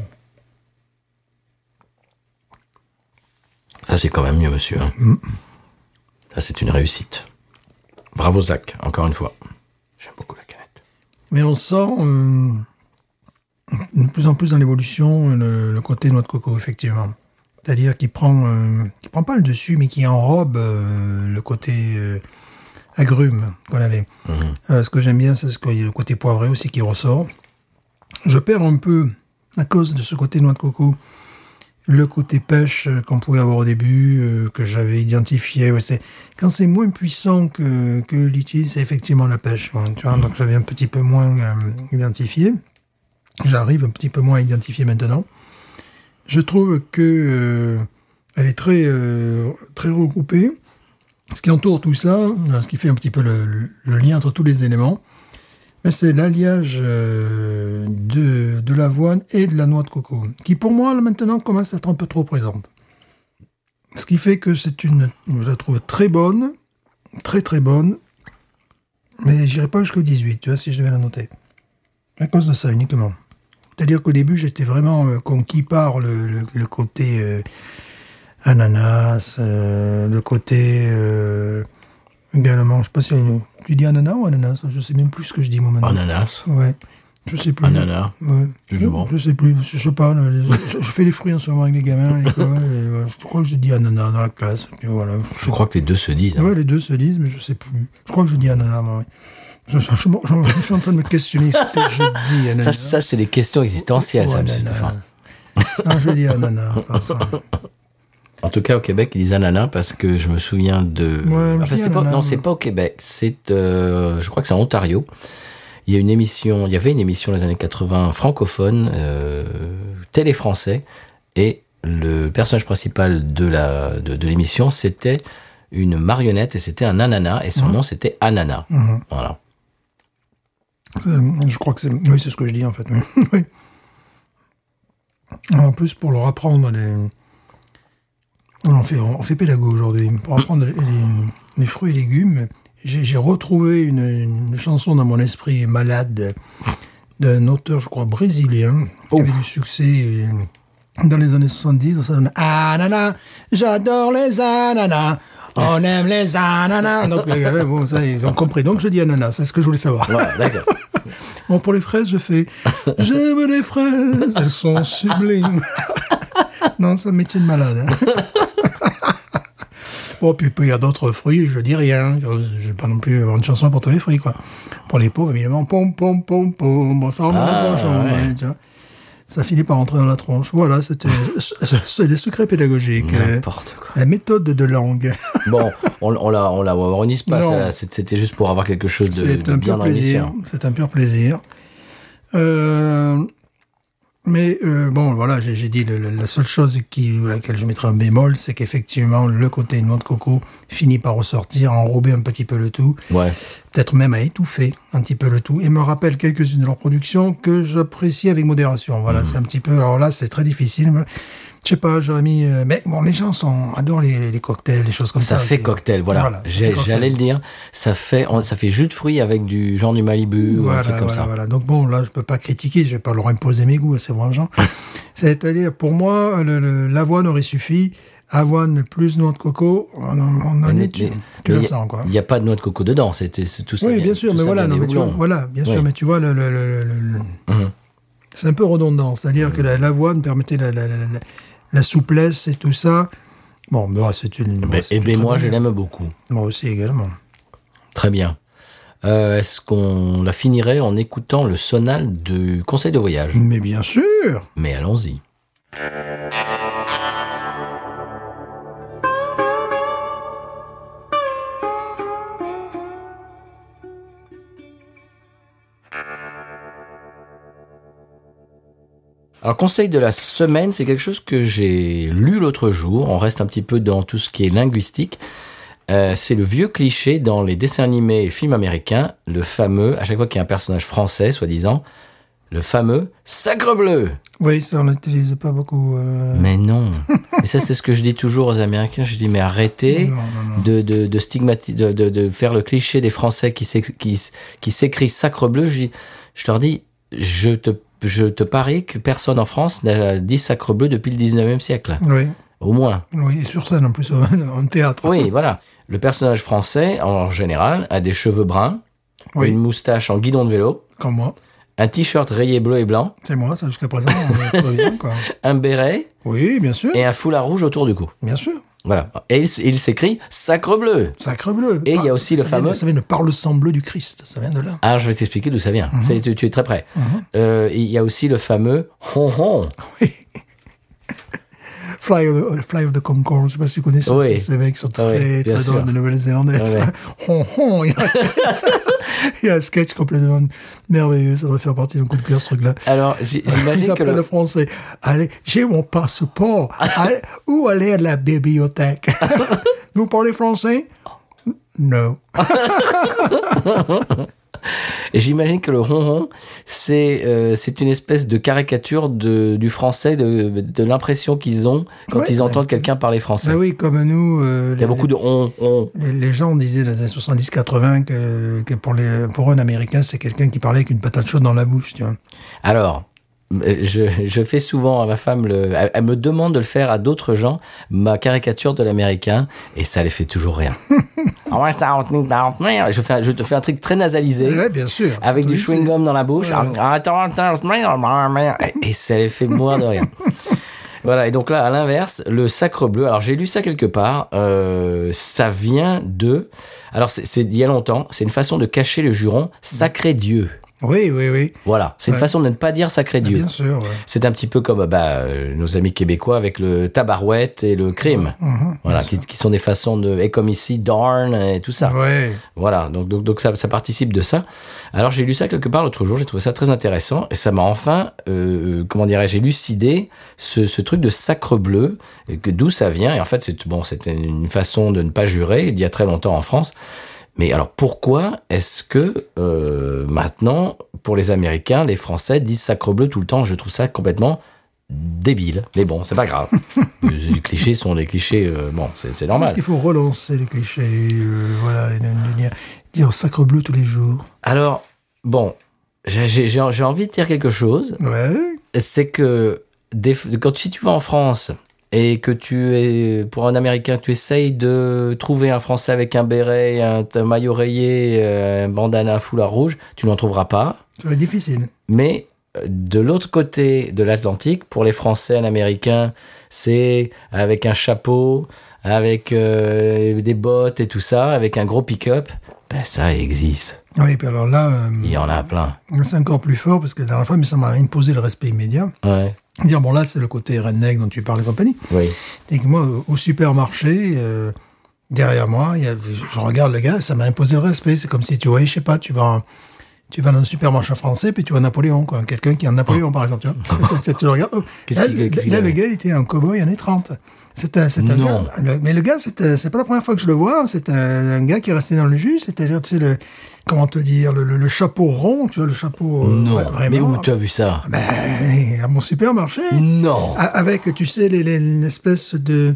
Ça, c'est quand même mieux, monsieur. hein.
Hmm.
Ça, c'est une réussite. Bravo, Zach, encore une fois. J'aime beaucoup la canette.
Mais on sent euh, de plus en plus dans l'évolution le, le côté noix de coco, effectivement. C'est-à-dire qu'il prend, euh, qu'il prend pas le dessus, mais qui enrobe euh, le côté euh, agrume qu'on avait. Euh, ce que j'aime bien, c'est ce que, le côté poivré aussi qui ressort. Je perds un peu, à cause de ce côté noix de coco, le côté pêche euh, qu'on pouvait avoir au début, euh, que j'avais identifié. ouais, c'est- quand c'est moins puissant que, que le litchi, c'est effectivement la pêche. ouais, tu vois, donc j'avais un petit peu moins euh, identifié. J'arrive un petit peu moins à identifier maintenant. Je trouve que euh, elle est très euh, très regroupée. Ce qui entoure tout ça, euh, ce qui fait un petit peu le, le lien entre tous les éléments, mais c'est l'alliage euh, de, de l'avoine et de la noix de coco, qui pour moi là, maintenant commence à être un peu trop présente. Ce qui fait que c'est une, je la trouve très bonne, très très bonne, mais j'irai pas jusqu'au 18, tu vois, si je devais la noter. À cause de ça uniquement. C'est-à-dire qu'au début, j'étais vraiment euh, conquis par le, le- le côté euh, ananas, euh, le côté euh, également, je sais pas si tu dis ananas ou ananas, je sais même plus ce que je dis moi maintenant.
Ananas.
Ouais, je sais plus.
Ananas.
Ouais. Je,
Jugement.
je sais plus, je sais pas. le- le- je, je fais les fruits en ce moment avec les gamins à l'école. et, euh, je crois que je dis ananas dans la classe. et puis voilà.
Je crois que les deux se disent. hein.
Ouais, les deux se disent, mais je sais plus. Je crois que je dis ananas, moi. oui. Je, je- je- je- je suis en train de me questionner ce que je dis ananas.
Ça, ça c'est des questions existentielles, ça,
Ouais,
monsieur
ananas.
Stéphane.
Non, Ah, je dis ananas. enfin, ça.
En tout cas, au Québec, ils disent ananas parce que je me souviens de.
Ouais, je dis
c'est pas,
ananas.
non, c'est pas au Québec. C'est, euh, je crois que c'est en Ontario. Il y a une émission, il y avait une émission dans les années 80 francophone, euh, télé français, et le personnage principal de la de, de l'émission, c'était une marionnette et c'était un ananas et
Mhm.
son nom c'était Anana. Voilà.
C'est- Euh, Je crois que c'est. Oui, c'est ce que je dis en fait. oui. Oui. En plus, pour leur apprendre les. On fait, on fait pédago aujourd'hui. Pour apprendre les, les fruits et légumes, j'ai j'ai retrouvé une, une chanson dans mon esprit malade d'un auteur, je crois, brésilien, qui avait du succès euh, dans les années 70. Ça donne Ananas, j'adore les ananas, on aime les ananas. Donc, les gars, bon, ça, ils ont compris. Donc, je dis ananas, c'est ce que je voulais savoir.
Voilà, d'accord.
Bon, pour les fraises, je fais J'aime les fraises, elles sont sublimes. non, c'est un métier de malade. hein. bon, puis puis il y a d'autres fruits, je dis rien. Je- Je vais pas non plus avoir une chanson pour tous les fruits, quoi. Pour les pauvres, évidemment, pom, pom, pom, pom. Bon, ça remonte
Ah,
à la tronche, hein,
ouais.
ouais, tu vois. Ça finit par rentrer dans la tronche. Voilà, c'était c'est des secrets pédagogiques. euh,
N'importe quoi.
La méthode de langue.
Bon, on, on la on la waronise pas.
Non.
ça, c'est- C'était juste pour avoir quelque chose de,
C'est
de
un
bien hein.
pur
dans l'émission.
plaisir. C'est un pur plaisir. Euh, mais euh, bon, voilà, j'ai j'ai dit le- le- la seule chose qui, à laquelle je mettrais un bémol, c'est qu'effectivement, le côté noix de coco finit par ressortir, enrober un petit peu le tout,
Ouais.
peut-être même à étouffer un petit peu le tout, et me rappelle quelques-unes de leurs productions que j'apprécie avec modération. Voilà,
Mhm.
c'est un petit peu. Alors là, c'est très difficile. mais Je sais pas, j'aurais mis. euh, mais bon, les gens sont, adorent les, les- les cocktails, les choses comme
Ça
ça.
fait
c'est-
cocktail, voilà.
ça fait
J'ai-
cocktail.
J'allais le dire. Ça fait, on- ça fait jus de fruits avec du genre du Malibu ou un
Voilà,
truc comme
voilà,
ça.
voilà. Donc bon, là, je peux pas critiquer, je vais pas leur imposer mes goûts, hein, c'est vraiment gens. C'est-à-dire, pour moi, le- le- l'avoine aurait suffi. Avoine plus noix de coco, on, en- on en
Mais-
est, tu,
mais-
tu
mais
la
y a-
sens, quoi.
Il n'y a pas de noix de coco dedans. C'était c'est tout ça.
Oui,
vient-
bien sûr,
tout
mais
ça
voilà,
vient
non,
des
mais tu vois,
houblons.
voilà, bien sûr,
Oui.
mais tu vois, le, le- le- le- le-
Mhm.
c'est un peu redondant. C'est-à-dire que la- l'avoine permettait la, la- la- la- la souplesse et tout ça. Bon, bah, c'est une.
Ben,
c'est
eh
une
ben
très
moi,
bonne
je
idée.
l'aime beaucoup.
Moi aussi également.
Très bien. Euh, Est-ce qu'on la finirait en écoutant le sonal du conseil de voyage
Mais bien sûr
Mais allons-y. Alors, conseil de la semaine, c'est quelque chose que j'ai lu l'autre jour. On reste un petit peu dans tout ce qui est linguistique. Euh, c'est le vieux cliché dans les dessins animés et films américains, le fameux, à chaque fois qu'il y a un personnage français, soi-disant, le fameux sacre bleu.
Oui, ça, on l'utilise pas beaucoup. euh,
Mais non. Mais ça, c'est ce que je dis toujours aux Américains. Je dis, mais arrêtez
non, non, non.
de, de, de, stigmati- de, de, de faire le cliché des Français qui s'ex- qui s- qui s'écrit sacre bleu. Je, dis- je leur dis, je te, je te parie que personne en France n'a dit sacre bleu depuis le 19e siècle.
Oui.
au moins.
Oui, et sur scène en plus, en théâtre.
Oui, voilà. Le personnage français, en général, a des cheveux bruns,
Oui.
une moustache en guidon de vélo,
Comme moi.
un t-shirt rayé bleu et blanc,
C'est moi, ça jusqu'à présent. on est pas bien, quoi.
un béret
Oui, bien sûr.
et un foulard rouge autour du cou.
Bien sûr.
Voilà. Et il, s- il s'écrit Sacre bleu.
Sacre bleu.
Et il y a
Ah,
aussi
ça
le
vient de-
fameux-
ça vient de par le sang bleu du Christ. Ça vient de là.
Ah, je vais t'expliquer d'où ça vient.
Mhm.
C'est- tu, tu es très près. Euh, Il y a aussi le fameux Hon Hon.
Fly of, the- euh, Fly of the Concorde, je sais pas si vous connaissez
Oui.
ces- ces mecs qui sont
Ah oui,
très,
bien
très
sûr.
drôles de Nouvelle-Zélandais.
Ouais, ouais.
Hon, hon, il, y a- il y a un sketch complètement merveilleux, ça doit faire partie d'un coup de cœur ce truc-là.
Alors, j-
Ils
j'imagine que
appellent
le-
le français. Allez, j'ai mon passeport. Allez, où aller à la bibliothèque Nous parlez français Non.
j'imagine que le Hon Hon, c'est euh, c'est une espèce de caricature de, du français, de, de l'impression qu'ils ont quand
Ouais,
ils
ouais.
entendent quelqu'un parler français.
Ben oui, comme nous,
Il y
euh,
a
les-
beaucoup de Hon Hon.
Les, les gens disaient dans les années 70-80 que, que pour, les, pour un Américain, c'est quelqu'un qui parlait avec une patate chaude dans la bouche. Tu vois.
Alors, euh, je, je fais souvent à ma femme, le, elle, elle me demande de le faire à d'autres gens, ma caricature de l'américain, et ça les fait toujours rire. Ah ouais, ça, on te- ça, on te met. je, fais, je te fais un truc très nasalisé.
Ouais, bien sûr.
Avec du
Oui, c'est-
chewing-gum dans la bouche. Ah, attends, attends, on te met, on te met. Et et ça les fait mourir de rire. Voilà, et donc là, à l'inverse, le sacre bleu, alors j'ai lu ça quelque part, euh, ça vient de... Alors, c'est c'est il y a longtemps, c'est une façon de cacher le juron sacré Dieu.
Oui, oui, oui.
Voilà, c'est une
Ouais. Ah,
façon de ne pas dire sacré Dieu.
Bien sûr. ouais.
C'est un petit peu comme bah, euh, nos amis québécois avec le tabarouette et le crime.
Mhm.
voilà, qui, qui sont des façons de. Et comme ici, darn et tout ça.
Ouais.
Voilà, donc, donc, donc ça, ça participe de ça. Alors j'ai lu ça quelque part l'autre jour, j'ai trouvé ça très intéressant et ça m'a enfin, euh, comment dirais-je, élucidé ce, ce truc de sacre bleu, et que d'où ça vient. Et en fait, c'est bon, c'était une façon de ne pas jurer il y a très longtemps en France. Mais alors pourquoi est-ce que euh, maintenant, pour les Américains, les Français disent sacre bleu tout le temps Je trouve ça complètement débile. Mais bon, c'est pas grave. les clichés sont des clichés. euh, bon, c'est c'est normal.
Parce qu'il faut relancer les clichés. euh, voilà, et de- de dire, dire sacre bleu tous les jours.
Alors, bon, j'ai- j'ai j'ai- j'ai envie de dire quelque chose.
Ouais.
C'est que des- quand si tu vas en France et que tu es, pour un Américain, tu essayes de trouver un Français avec un béret, un, t- un maillot rayé, euh, un bandana, un foulard rouge, tu n'en trouveras pas.
Ça va être difficile.
Mais euh, de l'autre côté de l'Atlantique, pour les Français, un Américain, c'est avec un chapeau, avec euh, des bottes et tout ça, avec un gros pick-up. Ben ça existe.
Oui, puis alors là, euh,
Il y en a plein.
c'est encore plus fort parce que la dernière fois, mais ça m'a imposé le respect immédiat.
Ouais.
Dire, bon, là, c'est le côté redneck dont tu parles et compagnie.
Oui.
Et que moi, au- au supermarché, euh, derrière moi, il y a- je regarde le gars, ça m'a imposé le respect. C'est comme si tu voyais, je sais pas, tu vas, en- tu vas dans un supermarché français, puis tu vois Napoléon, quoi. Quelqu'un qui est en Napoléon, par exemple, tu vois. Tu- tu- tu le regardes. oh,
Qu'est-ce
là,
qu'il- qu'est-ce qu'il
là, le
avait
gars, il était un cow-boy années 30. C'est un, c'est un
Non.
gars- le- mais le gars, c'est, euh, c'est pas la première fois que je le vois. C'est un, un gars qui est resté dans le jus. C'est-à-dire, tu sais, le, comment te dire, le, le- le chapeau rond, tu vois, le chapeau. euh,
Non,
ouais, vraiment.
mais où tu as vu ça
Ben, ah à mon supermarché.
Non.
A- Avec, tu sais, les- les- l'espèce de.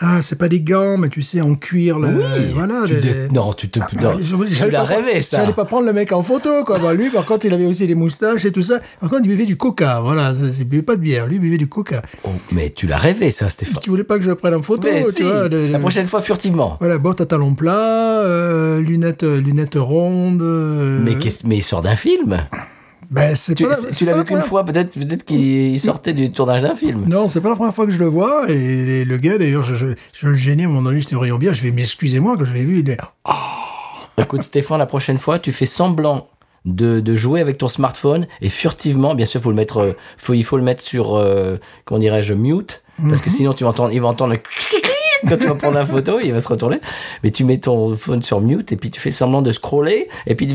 Ah, c'est pas des gants, mais tu sais, en cuir, là.
oui,
ben voilà.
tu
les-
dé-
les-
Non, tu te.
Ah,
non,
je-
tu
j'allais
l'as
pas prendre-
rêvé, ça.
J'allais pas prendre le mec en photo, quoi. Bon, lui, par contre, il avait aussi des moustaches et tout ça. Par contre, il buvait du coca, voilà. C'est- Il buvait pas de bière, lui, il buvait du coca.
Oh, mais tu l'as rêvé, ça, Stéphane.
Tu voulais pas que je le prenne en photo,
Mais si,
tu vois. le-
La
le-
prochaine fois, furtivement.
Voilà, bottes à talons plats, euh, lunettes, lunettes rondes. euh,
Mais, qu'est-ce- mais il sort d'un film.
ben, c'est
Tu,
pas la-
c'est-
c'est
tu l'as
pas
vu
la
qu'une
première-
fois, peut-être peut qu'il sortait du tournage d'un film.
Non, c'est pas la première fois que je le vois. Et, et le gars, d'ailleurs, je, je, je le gênais à un moment donné, j'étais au rayon bière. Je vais m'excuser-moi quand je l'ai vu. Il est,
Écoute, Stéphane, la prochaine fois, tu fais semblant. De, de jouer avec ton smartphone et furtivement, bien sûr, faut le mettre, euh, faut, il faut le mettre sur, euh, comment dirais-je, mute, parce
Mhm.
que sinon tu vas entendre- il va entendre le quand tu vas prendre la photo, il va se retourner. Mais tu mets ton phone sur mute et puis tu fais semblant de scroller et puis tu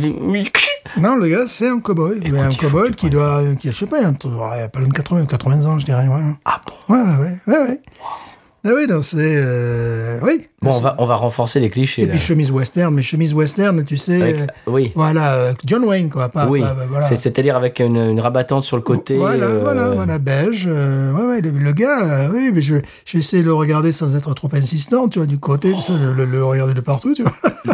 Non, le gars, c'est un cow-boy. Mais un
il faut que
cow-boy
tu
qui doit, qui a, je sais pas, il a un tour- ouais, pas loin de 80, 80 ans, je dirais. Ouais.
Ah bon
Ouais, ouais, ouais, ouais. ouais. Ah oui, donc c'est, euh, oui,
Bon, on va, on va renforcer les clichés.
Et
là.
puis chemise western, mais chemise western, tu sais.
Avec-
euh,
oui.
Voilà, euh, John Wayne, quoi. Pas,
oui,
pas- bah, voilà.
C'est- c'est-à-dire avec une, une rabattante sur le côté.
Voilà,
euh,
voilà, voilà, beige. euh, ouais, ouais, le, le gars, euh, oui, mais je, j'essaie de le regarder sans être trop insistant, tu vois, du côté, tu sais, le, le- le regarder de partout, tu vois.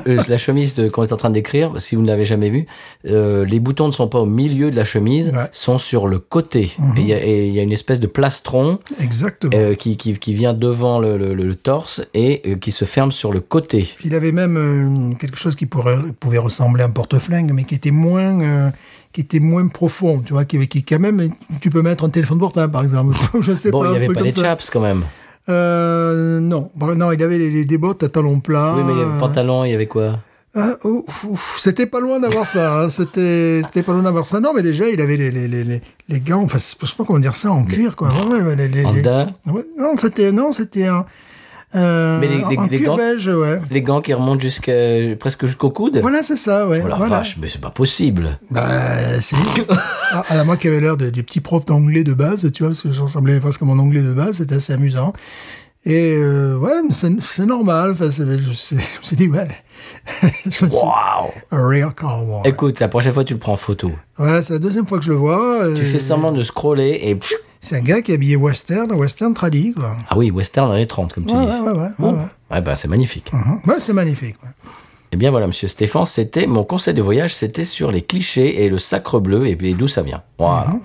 euh, la chemise de- qu'on est en train de décrire, si vous ne l'avez jamais vue, euh, les boutons ne sont pas au milieu de la chemise,
Ouais. Mhm.
sont sur le côté. Et il y a- Et il y, a une espèce de plastron
Exactement.
euh, qui, qui, qui vient devant le, le- le torse et euh, qui se ferme sur le côté.
Puis il avait même euh, quelque chose qui pourrait, pouvait ressembler à un porte-flingue, mais qui était moins, euh, qui était moins profond, tu vois, qui, qui quand même, tu peux mettre un téléphone portable, par exemple. je sais
Bon,
pas.
il
un
n'y avait
truc
pas
comme
les
ça.
chaps quand même.
Euh, non, Bah, non, il avait les- les- des bottes à talons plats.
oui, mais il y avait
euh,
pantalon, il y avait quoi
Ah, ouf, ouf, c'était pas loin d'avoir ça. hein. C'était, c'était pas loin d'avoir ça. Non, mais déjà, il avait les, les, les, les, les gants. Enfin, c'est- je sais pas comment dire ça en cuir, quoi. Ouais, ouais, ouais, les- les-
En
les-
daim
Ouais, Non, c'était, non, c'était un. euh,
Mais les- les-
en
les
cuir
gants-
beige, ouais.
Les gants qui remontent jusqu'à presque jusqu'au coude
Voilà, c'est ça, ouais.
Oh la
voilà.
vache, mais c'est pas possible.
Bah, si. Ah, à la moi qui avait l'air de- du petit prof d'anglais de base, tu vois, parce que je ressemblais presque à mon anglais de base, c'était assez amusant. Et euh, ouais, mais c'est c'est normal. Enfin, c'est- je, je me suis dit, ouais. je suis
Waouh
un real cowboy.
Écoute, la prochaine fois, tu le prends en photo.
Ouais, c'est la deuxième fois que je le vois.
Tu
euh,
fais seulement de scroller et. pfiou.
C'est un gars qui est habillé western, western tradit, quoi.
Ah oui, western années 30, comme tu
Ouais,
dis.
ouais, ouais, ouais,
Bon.
ouais, ouais.
Ah bah, c'est magnifique.
Mhm. Ouais, c'est magnifique. ouais.
Eh bien voilà, monsieur Stéphane, c'était mon conseil de voyage, c'était sur les clichés et le sacre bleu et, et d'où ça vient. Voilà.
Mhm.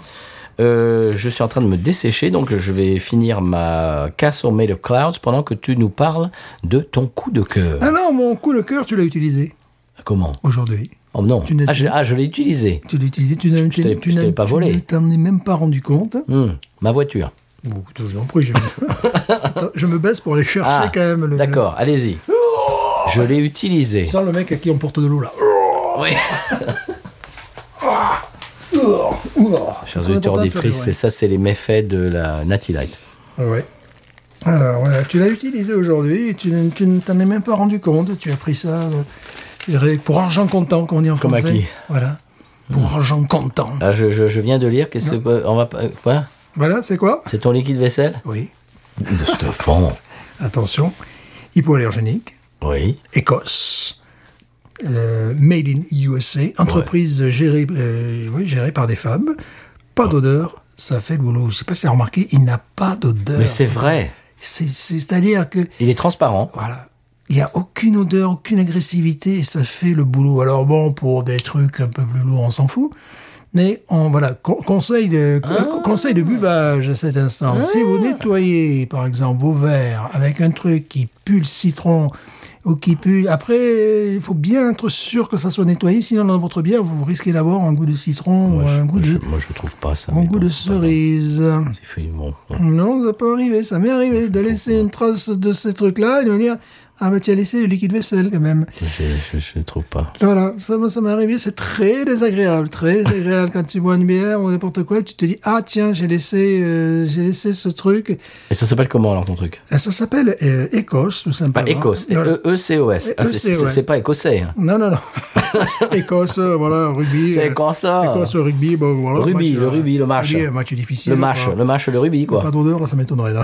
Euh, je suis en train de me dessécher, donc je vais finir ma Castle Made of Clouds pendant que tu nous parles de ton coup de cœur.
Ah non, mon coup de cœur, tu l'as utilisé
Comment
aujourd'hui.
Oh non.
Tu n'as-
Ah, je, ah, je l'ai utilisé.
Tu l'as utilisé, tu n'en
je t'ai-
tu
je t'ai
n'en-
pas
tu
volé.
ne t'en es même pas rendu compte.
Hmm, ma voiture.
Bon, écoute, je vous en prie, je me, Attends, je me baisse pour aller chercher
Ah,
quand même. Le, Oh
d'accord, allez-y. Je l'ai utilisé.
le- Sans le mec à qui on porte de l'eau, là.
Oui. Chers
C'est
auditeurs
important de faire
auditrices,
du
c'est
bruit.
ça, c'est les méfaits de la Natty Light.
Ah Ouais. Alors, voilà, tu l'as utilisé aujourd'hui et tu, ne- tu ne t'en es même pas rendu compte. Tu as pris ça euh, je dirais, pour argent comptant, qu'on dit en
Comme
français.
acquis. Hmm.
Voilà. Pour argent comptant.
Ah, je, je- je viens de lire, qu'est-ce que on va pas- quoi
Voilà, c'est quoi
C'est ton liquide vaisselle
Oui.
De Stéphane.
Attention. Hypoallergénique,
Oui.
Écosse. euh, made in USA, entreprise gérée, euh, oui, gérée par des femmes.
Ah.
Pas d'odeur, ça fait le boulot. Je sais pas si tu as remarqué, il n'a pas d'odeur.
Mais c'est vrai.
C'est- C'est-à-dire que
Il est transparent.
Voilà. Il n'y a aucune odeur, aucune agressivité, et ça fait le boulot. Alors bon, pour des trucs un peu plus lourds, on s'en fout. Mais on, voilà, con- conseil, de,
Ah.
co- conseil de buvage à cet instant. Si vous nettoyez, par exemple, vos verres avec un truc qui pue le citron ou qui pue... Après, il faut bien être sûr que ça soit nettoyé, sinon dans votre bière, vous risquez d'avoir un goût de citron ou un goût
je,
de,
moi, je trouve pas ça.
un
mais
goût
bon,
de
c'est pas grave.
cerise.
C'est fait, bon, bon.
Non, ça peut arriver. Ça m'est arrivé de laisser une trace de ces trucs-là et de me dire Ah, bah, tu as laissé le liquide vaisselle quand même.
Je, je, je trouve pas.
Voilà, ça, moi, ça m'est arrivé. C'est très désagréable. Très désagréable quand tu bois une bière ou n'importe quoi. Tu te dis Ah, tiens, j'ai laissé, euh, j'ai laissé ce truc.
Et ça s'appelle comment alors ton truc
Et Ça s'appelle euh, Écosse, tout
Pas
simplement.
Écosse.
Voilà.
E- E-C-O-S. Ah, c'est- c'est
ECOS.
c'est pas écossais. hein.
Non, non, non. Écosse, euh, voilà, rugby.
C'est
euh,
quoi ça
Écosse, rugby, bon, voilà.
Rugby, le
euh,
rugby, le match.
rugby, un match difficile.
Le match,
quoi.
le match, le rugby,
Il y a Pas
quoi.
d'odeur, là, ça m'étonnerait. là.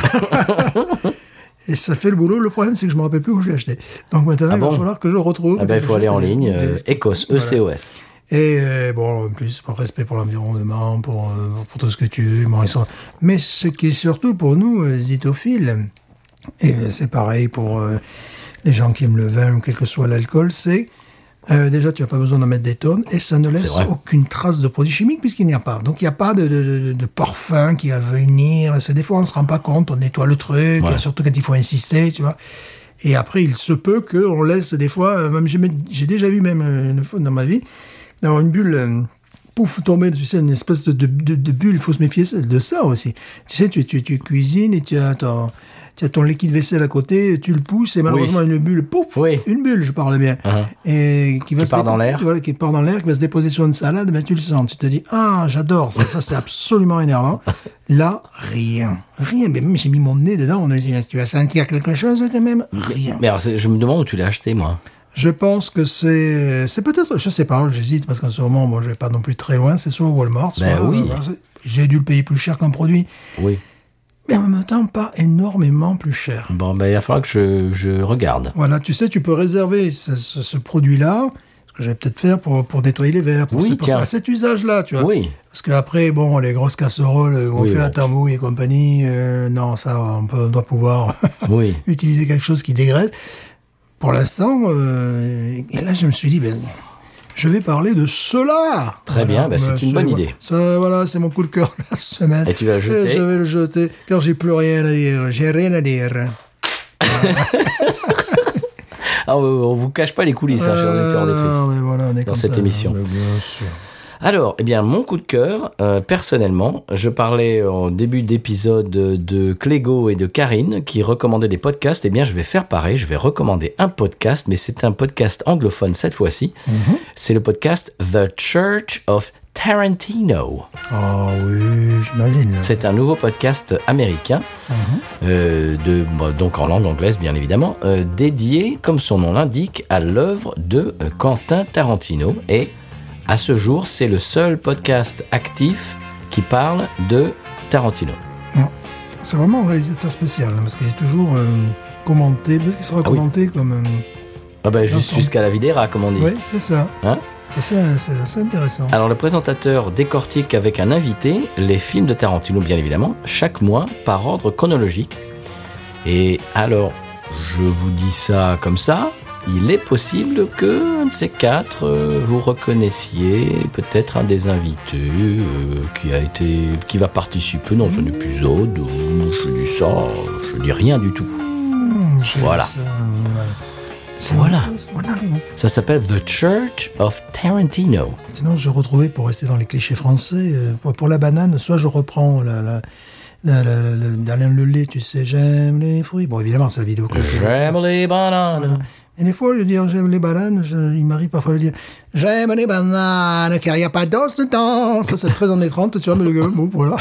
Et ça fait le boulot. Le problème, c'est que je me rappelle plus où je l'ai acheté. Donc maintenant,
Ah
il
bon
va falloir que je le retrouve.
Ah ben, il faut aller en ligne. euh, Écosse,
Voilà.
E-C-O-S.
Et euh, bon, en plus, pour respect pour l'environnement, pour, euh, pour tout ce que tu veux, bon, ils sont- mais ce qui est surtout pour nous, euh, zitophiles, et euh, c'est pareil pour euh, les gens qui aiment le vin ou quel que soit l'alcool, c'est euh, déjà, tu n'as pas besoin d'en mettre des tonnes et ça ne laisse
vrai.
aucune trace de produits chimiques puisqu'il n'y a pas. Donc, il n'y a pas de, de, de- de parfum qui va venir. C'est des fois, on se rend pas compte, on nettoie le truc,
Ouais.
surtout quand il faut insister, tu vois. Et après, il se peut qu'on laisse des fois, euh, même j'ai j'ai déjà vu même euh, une fois dans ma vie, d'avoir une bulle, euh, pouf, tomber, tu sais, une espèce de, de, de- de bulle, il faut se méfier de ça aussi. Tu sais, tu, tu, tu cuisines et tu as ton, tu as ton liquide vaisselle à côté, tu le pousses et malheureusement une bulle, pouf,
Oui.
une bulle, je parle bien,
Uh-huh.
et qui va
Qui
se
part
dépo-
dans l'air.
voilà, qui part dans l'air, qui va se déposer sur une salade, mais tu le sens, tu te dis ah j'adore ça, ça c'est absolument énervant. Là rien, rien, mais même j'ai mis mon nez dedans, on a dit tu vas sentir quelque chose quand même, rien.
Mais alors, c'est- je me demande où tu l'as acheté, moi.
Je pense que c'est c'est peut-être, je sais pas, j'hésite parce qu'en ce moment moi je vais pas non plus très loin, c'est soit euh, au Walmart,
Ben
soit-
oui.
voilà, c'est- j'ai dû le payer plus cher qu'un produit.
Oui.
mais en même temps pas énormément plus cher.
Bon, ben, il va falloir que je, je regarde.
Voilà, tu sais, tu peux réserver ce, ce- ce produit-là, ce que je vais peut-être faire pour, pour nettoyer les verres, pour,
Oui,
c'est pour
tiens.
ça, cet usage-là, tu vois.
Oui.
Parce qu'après, bon, les grosses casseroles euh, où on
Oui,
fait
bon.
la tambouille et compagnie, euh, non, ça, on, peut- on doit pouvoir
Oui.
utiliser quelque chose qui dégraisse. Pour l'instant, euh, et là, je me suis dit, ben, je vais parler de cela.
Très bien, ben, c'est
ben,
une bonne idée.
Ça, voilà, c'est mon coup de cœur de la semaine.
Et tu vas le jeter.
Je vais le jeter, car j'ai plus rien à dire. J'ai rien à dire.
Ah, on vous cache pas les coulisses, hein, chers
Euh,
auditeurs auditrices.
mais voilà, on est comme
cette
ça,
émission.
hein, mais bien sûr.
Alors, eh bien, mon coup de cœur, euh, personnellement, je parlais en début d'épisode de Clégo et de Karine qui recommandaient des podcasts. Eh bien, je vais faire pareil. Je vais recommander un podcast, mais c'est un podcast anglophone cette fois-ci. C'est le podcast The Church of Tarantino.
Ah oui, j'imagine.
C'est un nouveau podcast américain,
Mhm.
euh, de, bah, donc en langue anglaise bien évidemment, euh, dédié, comme son nom l'indique, à l'œuvre de euh, Quentin Tarantino. Et à ce jour, c'est le seul podcast actif qui parle de Tarantino.
C'est vraiment un réalisateur spécial, hein, parce qu'il est toujours euh, commenté. Peut-être qu'il sera
Ah oui.
commenté comme. euh,
Ah ben, jus-
Vincent.
jusqu'à la vidéra, comme on dit.
Oui, c'est ça.
Hein Ah
Et ça, c'est c'est intéressant.
Alors le présentateur décortique avec un invité les films de Tarantino, bien évidemment, chaque mois par ordre chronologique. Et alors, je vous dis ça comme ça, il est possible que un de ces quatre, euh, vous reconnaissiez peut-être un des invités euh, qui a été, qui va participer dans un épisode. où je dis ça, je dis rien du tout.
Mmh, c'est-
voilà.
c'est, euh, voilà. C'est-
Voilà.
voilà.
Ça s'appelle The Church of Tarantino.
Sinon, je retrouvais, pour rester dans les clichés français, euh, pour, pour la banane, soit je reprends la, la, la- la- la- d'Alain Lelay, tu sais, j'aime les fruits. Bon, évidemment, c'est la vidéo que je
J'aime les bananes.
Et des fois, au lieu de dire j'aime les bananes, je- il m'arrive parfois de dire j'aime les bananes, car il n'y a pas d'os dedans. Ça, c'est très années 30, tu vois, mais le gars, bon, voilà.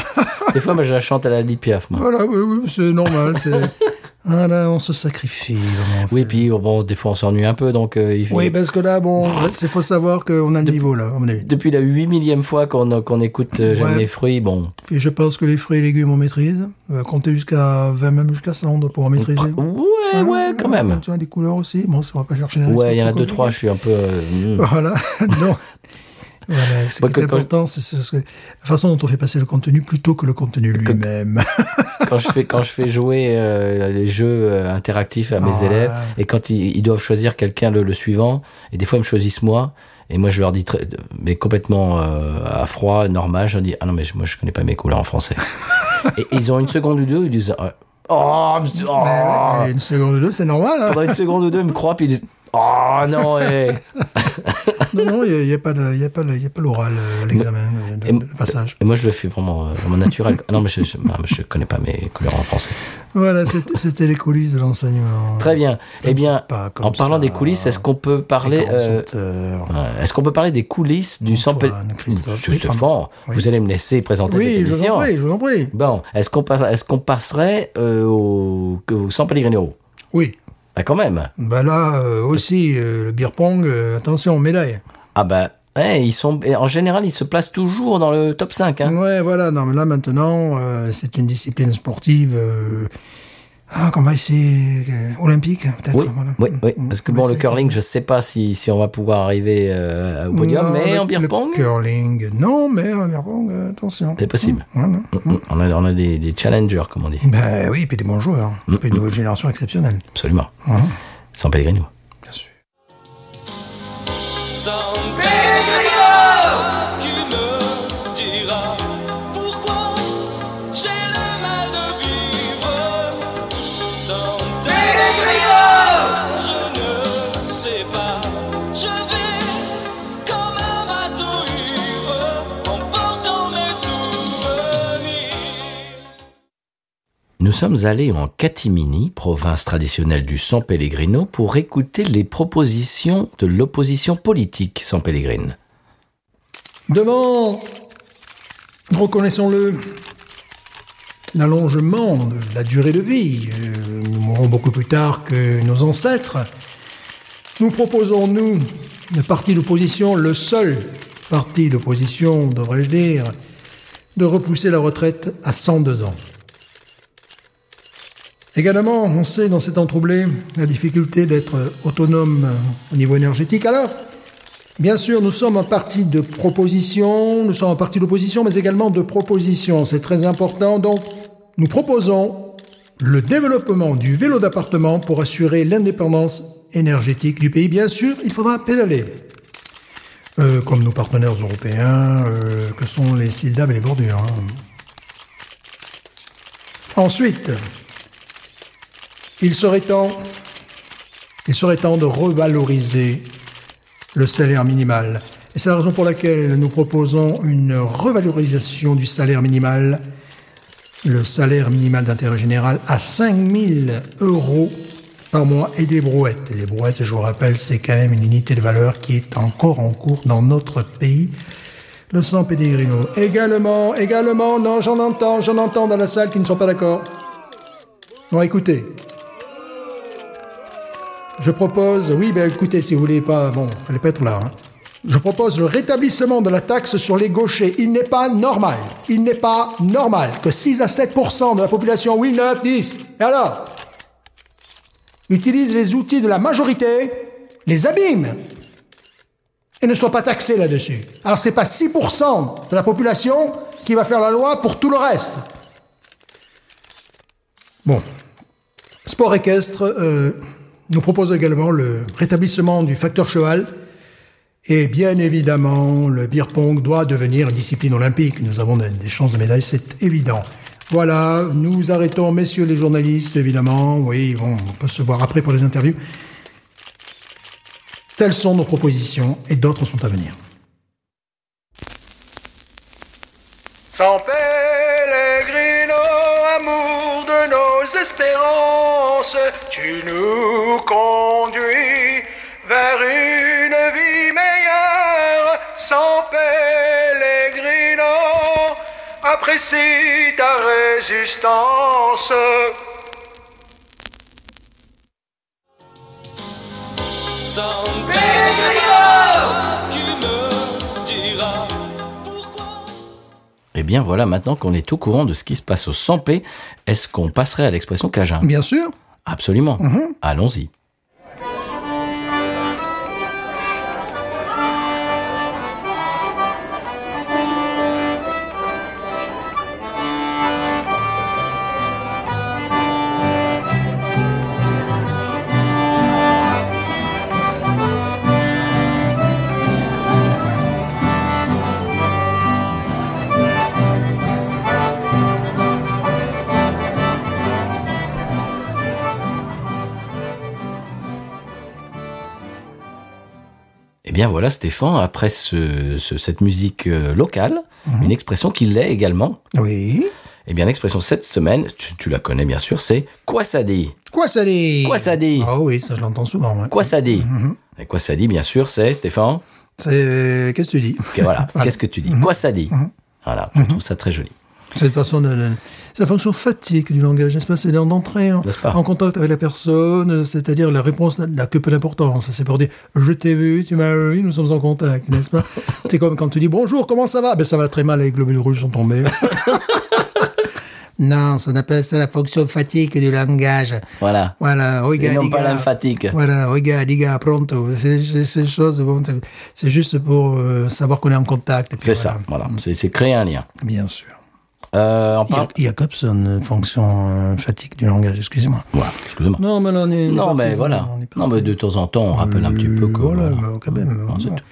Des fois, moi, je la chante à la Edith Piaf, moi.
voilà, oui, oui, c'est normal, c'est. Voilà, on se sacrifie, vraiment.
Oui, puis bon, des fois on s'ennuie un peu, donc euh, il-
Oui, ben- parce que là, bon, il faut savoir qu'on a le niveau, là, à mon avis.
depuis la huit millième fois qu'on qu'on écoute euh, J'aime
Ouais.
les fruits, bon,
Et je pense que les fruits et légumes, on maîtrise. On va compter jusqu'à 20, même jusqu'à 100, on pourra maîtriser.
ouais,
Ah,
ouais, quand même.
Tu vois, les couleurs aussi. Bon, ça, on va pas chercher les
Ouais,
trucs
il y en a
trop
deux trois, je suis un peu. euh, hmm.
Voilà, non. Voilà, ce
Moi,
qui est
quand- quand-
important, c'est ce que- la façon dont on fait passer le contenu plutôt que le contenu lui-même.
Quand je fais quand je fais jouer euh, les jeux euh, interactifs à mes
Ouais.
élèves et quand ils, ils doivent choisir quelqu'un le, le suivant et des fois ils me choisissent moi et moi je leur dis très- mais complètement euh, à froid normal, je leur dis ah non mais je- moi je connais pas mes couleurs en français et, et ils ont une seconde ou deux ils disent euh, oh, oh.
Et une seconde ou deux, c'est normal. hein.
pendant une seconde ou deux, ils me croient, puis ils disent Oh non, eh.
Non, non, il n'y a, pas de- il y a pas de- il y a pas l'oral, euh, l'examen, le- le-
Et-
le passage.
Et moi, je le fais vraiment, euh, vraiment naturel. Ah Non, mais je, je, non, mais je connais pas mes couleurs en français.
Voilà, c'était c'était les coulisses de l'enseignement.
Très bien.
Je
eh
ne
bien,
suis pas comme
en parlant
ça.
des coulisses, est-ce qu'on peut parler.
Les
euh,
grands auteurs.
euh, Est-ce qu'on peut parler des coulisses du San
Antoine,
Pellegrino
Christophe, oui, pardon. Oui.
Vous allez me laisser présenter
Oui,
cette
je vous
émission.
en prie, je vous en prie.
Bon, est-ce qu'on par- est-ce qu'on passerait euh, au, au San Pellegrino
Oui.
Ah, quand même.
Bah là euh, aussi, euh, le beer pong, euh, attention, médaille.
Ah bah, eh, ils sont, eh, en général, ils se placent toujours dans le top 5. Hein.
Ouais, voilà, non, mais là maintenant, euh, c'est une discipline sportive. euh, ah, qu'on va essayer. euh, olympique, peut-être.
Oui,
voilà.
oui, oui.
Mm,
Parce que
on
bon,
va
le
essayer.
curling, je sais pas si, si on va pouvoir arriver euh, au podium,
Non,
mais
le-
en beer
le
pong,
curling, non, mais en beer pong, euh, attention.
c'est possible.
Voilà.
Mm, mm. On a, on a des, des challengers, comme on dit.
Ben oui, et puis des bons joueurs.
Mm,
Et puis une nouvelle génération exceptionnelle.
Absolument.
Mhm.
Sans Pellegrino.
Bien sûr.
Sans Pellegrino, qui me dira pourquoi j'ai le mal de vivre. Sans Pellegrino, je ne sais pas. Je vais comme un bateau ivre, emportant mes souvenirs.
Nous sommes allés en Catimini, province traditionnelle du San Pellegrino, pour écouter les propositions de l'opposition politique San Pellegrino.
Demande Reconnaissons-le. L'allongement de la durée de vie. euh, Nous mourrons beaucoup plus tard que nos ancêtres. Nous proposons, nous, le parti d'opposition, le seul parti d'opposition, devrais-je dire, de repousser la retraite à 102 ans. Également, on sait dans ces temps troublés la difficulté d'être autonome euh, au niveau énergétique. Alors, bien sûr, nous sommes en partie de proposition, nous sommes en partie d'opposition, mais également de proposition. C'est très important. Donc, nous proposons le développement du vélo d'appartement pour assurer l'indépendance énergétique du pays. Bien sûr, il faudra pédaler. Euh, comme nos partenaires européens, euh, que sont les SILDAB et les bordures. hein. Ensuite, il serait temps, il serait temps de revaloriser le salaire minimal. Et c'est la raison pour laquelle nous proposons une revalorisation du salaire minimal, le salaire minimal d'intérêt général à 5000 euros par mois et des brouettes. Les brouettes, je vous rappelle, c'est quand même une unité de valeur qui est encore en cours dans notre pays. Le sang pédérino. Également, également, non, j'en entends, j'en entends dans la salle qui ne sont pas d'accord. Non, écoutez. Je propose, oui, ben écoutez, si vous voulez pas, bon, fallait pas être là. hein. Je propose le rétablissement de la taxe sur les gauchers. Il n'est pas normal, il n'est pas normal que 6 à 7 de la population, oui, 9, 10, et alors Utilise les outils de la majorité, les abîme et ne soient pas taxés là-dessus. Alors c'est pas 6 de la population qui va faire la loi pour tout le reste. Bon, Sport équestre euh, nous propose également le rétablissement du facteur cheval. Et bien évidemment, le beer pong doit devenir une discipline olympique. Nous avons des des chances de médaille, c'est évident. Voilà, nous arrêtons, messieurs les journalistes, évidemment. Oui, bon, on peut se voir après pour les interviews. Telles sont nos propositions et d'autres sont à venir. Sans Pellegrino, amour de nos espérances, tu nous conduis vers une vie meilleure. Sans Pellegrino, apprécie ta résistance.
Sans Pellegrino, tu me diras pourquoi.
Eh bien voilà, maintenant qu'on est au courant de ce qui se passe au 100p, est-ce qu'on passerait à l'expression Cajun
Bien sûr.
Absolument.
Mm-hmm.
Allons-y. Eh bien voilà, Stéphane, après ce- ce- cette musique euh, locale,
Mhm.
une expression qui l'est également.
Oui.
Eh bien, l'expression cette semaine, tu, tu la connais bien sûr, c'est quoi ça dit
Quoi ça dit
Quoi ça dit
Ah oui, ça je l'entends souvent. hein. ouais.
Quoi ça dit
Mhm.
Et quoi ça dit, bien sûr, c'est Stéphane
C'est- Qu'est-ce que tu dis
que- Voilà, qu'est-ce que tu
Mhm.
dis Quoi ça dit Voilà, je trouve ça très joli.
Cette façon de- de- c'est la fonction fatigue du langage, n'est-ce pas C'est d'en- d'entrer en,
N'est-ce pas
en contact avec la personne, euh, c'est-à-dire la réponse n'a- n'a que peu d'importance. C'est pour dire je t'ai vu, tu m'as vu, nous sommes en contact, n'est-ce pas C'est comme quand tu dis bonjour, comment ça va Ben ça va très mal, les globules rouges sont tombés. non, ça s'appelle ça la fonction fatigue du langage.
Voilà.
Voilà, regarde.
non
les
pas
gars.
l'emphatique.
Voilà, regarde, les gars, pronto. C'est c'est- c'est chose, bon, c'est juste pour euh, savoir qu'on est en contact. et puis
C'est
voilà.
ça, voilà. C'est c'est créer un lien.
Bien sûr.
Euh, on parle...
Ja- Jacobson, euh, fonction euh, fatigue du langage, excusez-moi.
Voilà, excusez-moi.
Non, mais là, on est. on est
Non,
parti,
mais voilà.
on est parti. Euh,
Non, mais de temps en temps, on rappelle un petit peu que...
Voilà, mais quand même.
Non, c'est
voilà.
tout.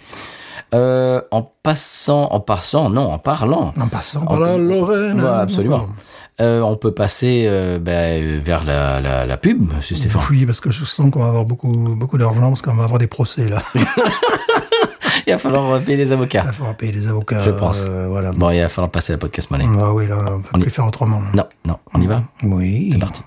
Euh, en passant, en passant, non, en parlant.
En passant par la Lorraine.
Voilà,
hein,
absolument. Euh, on peut passer euh, ben, vers la, la, la pub, monsieur Stéphane.
Oui, parce que je sens qu'on va avoir beaucoup, beaucoup d'argent, parce qu'on va avoir des procès, là. il
Il va falloir payer les avocats.
va falloir payer les avocats.
Je pense.
euh, voilà.
Bon, il va falloir passer la podcast money.
Ah oui, là, on ne peut
y-
plus faire autrement.
Non, non, on y va
Oui.
C'est parti.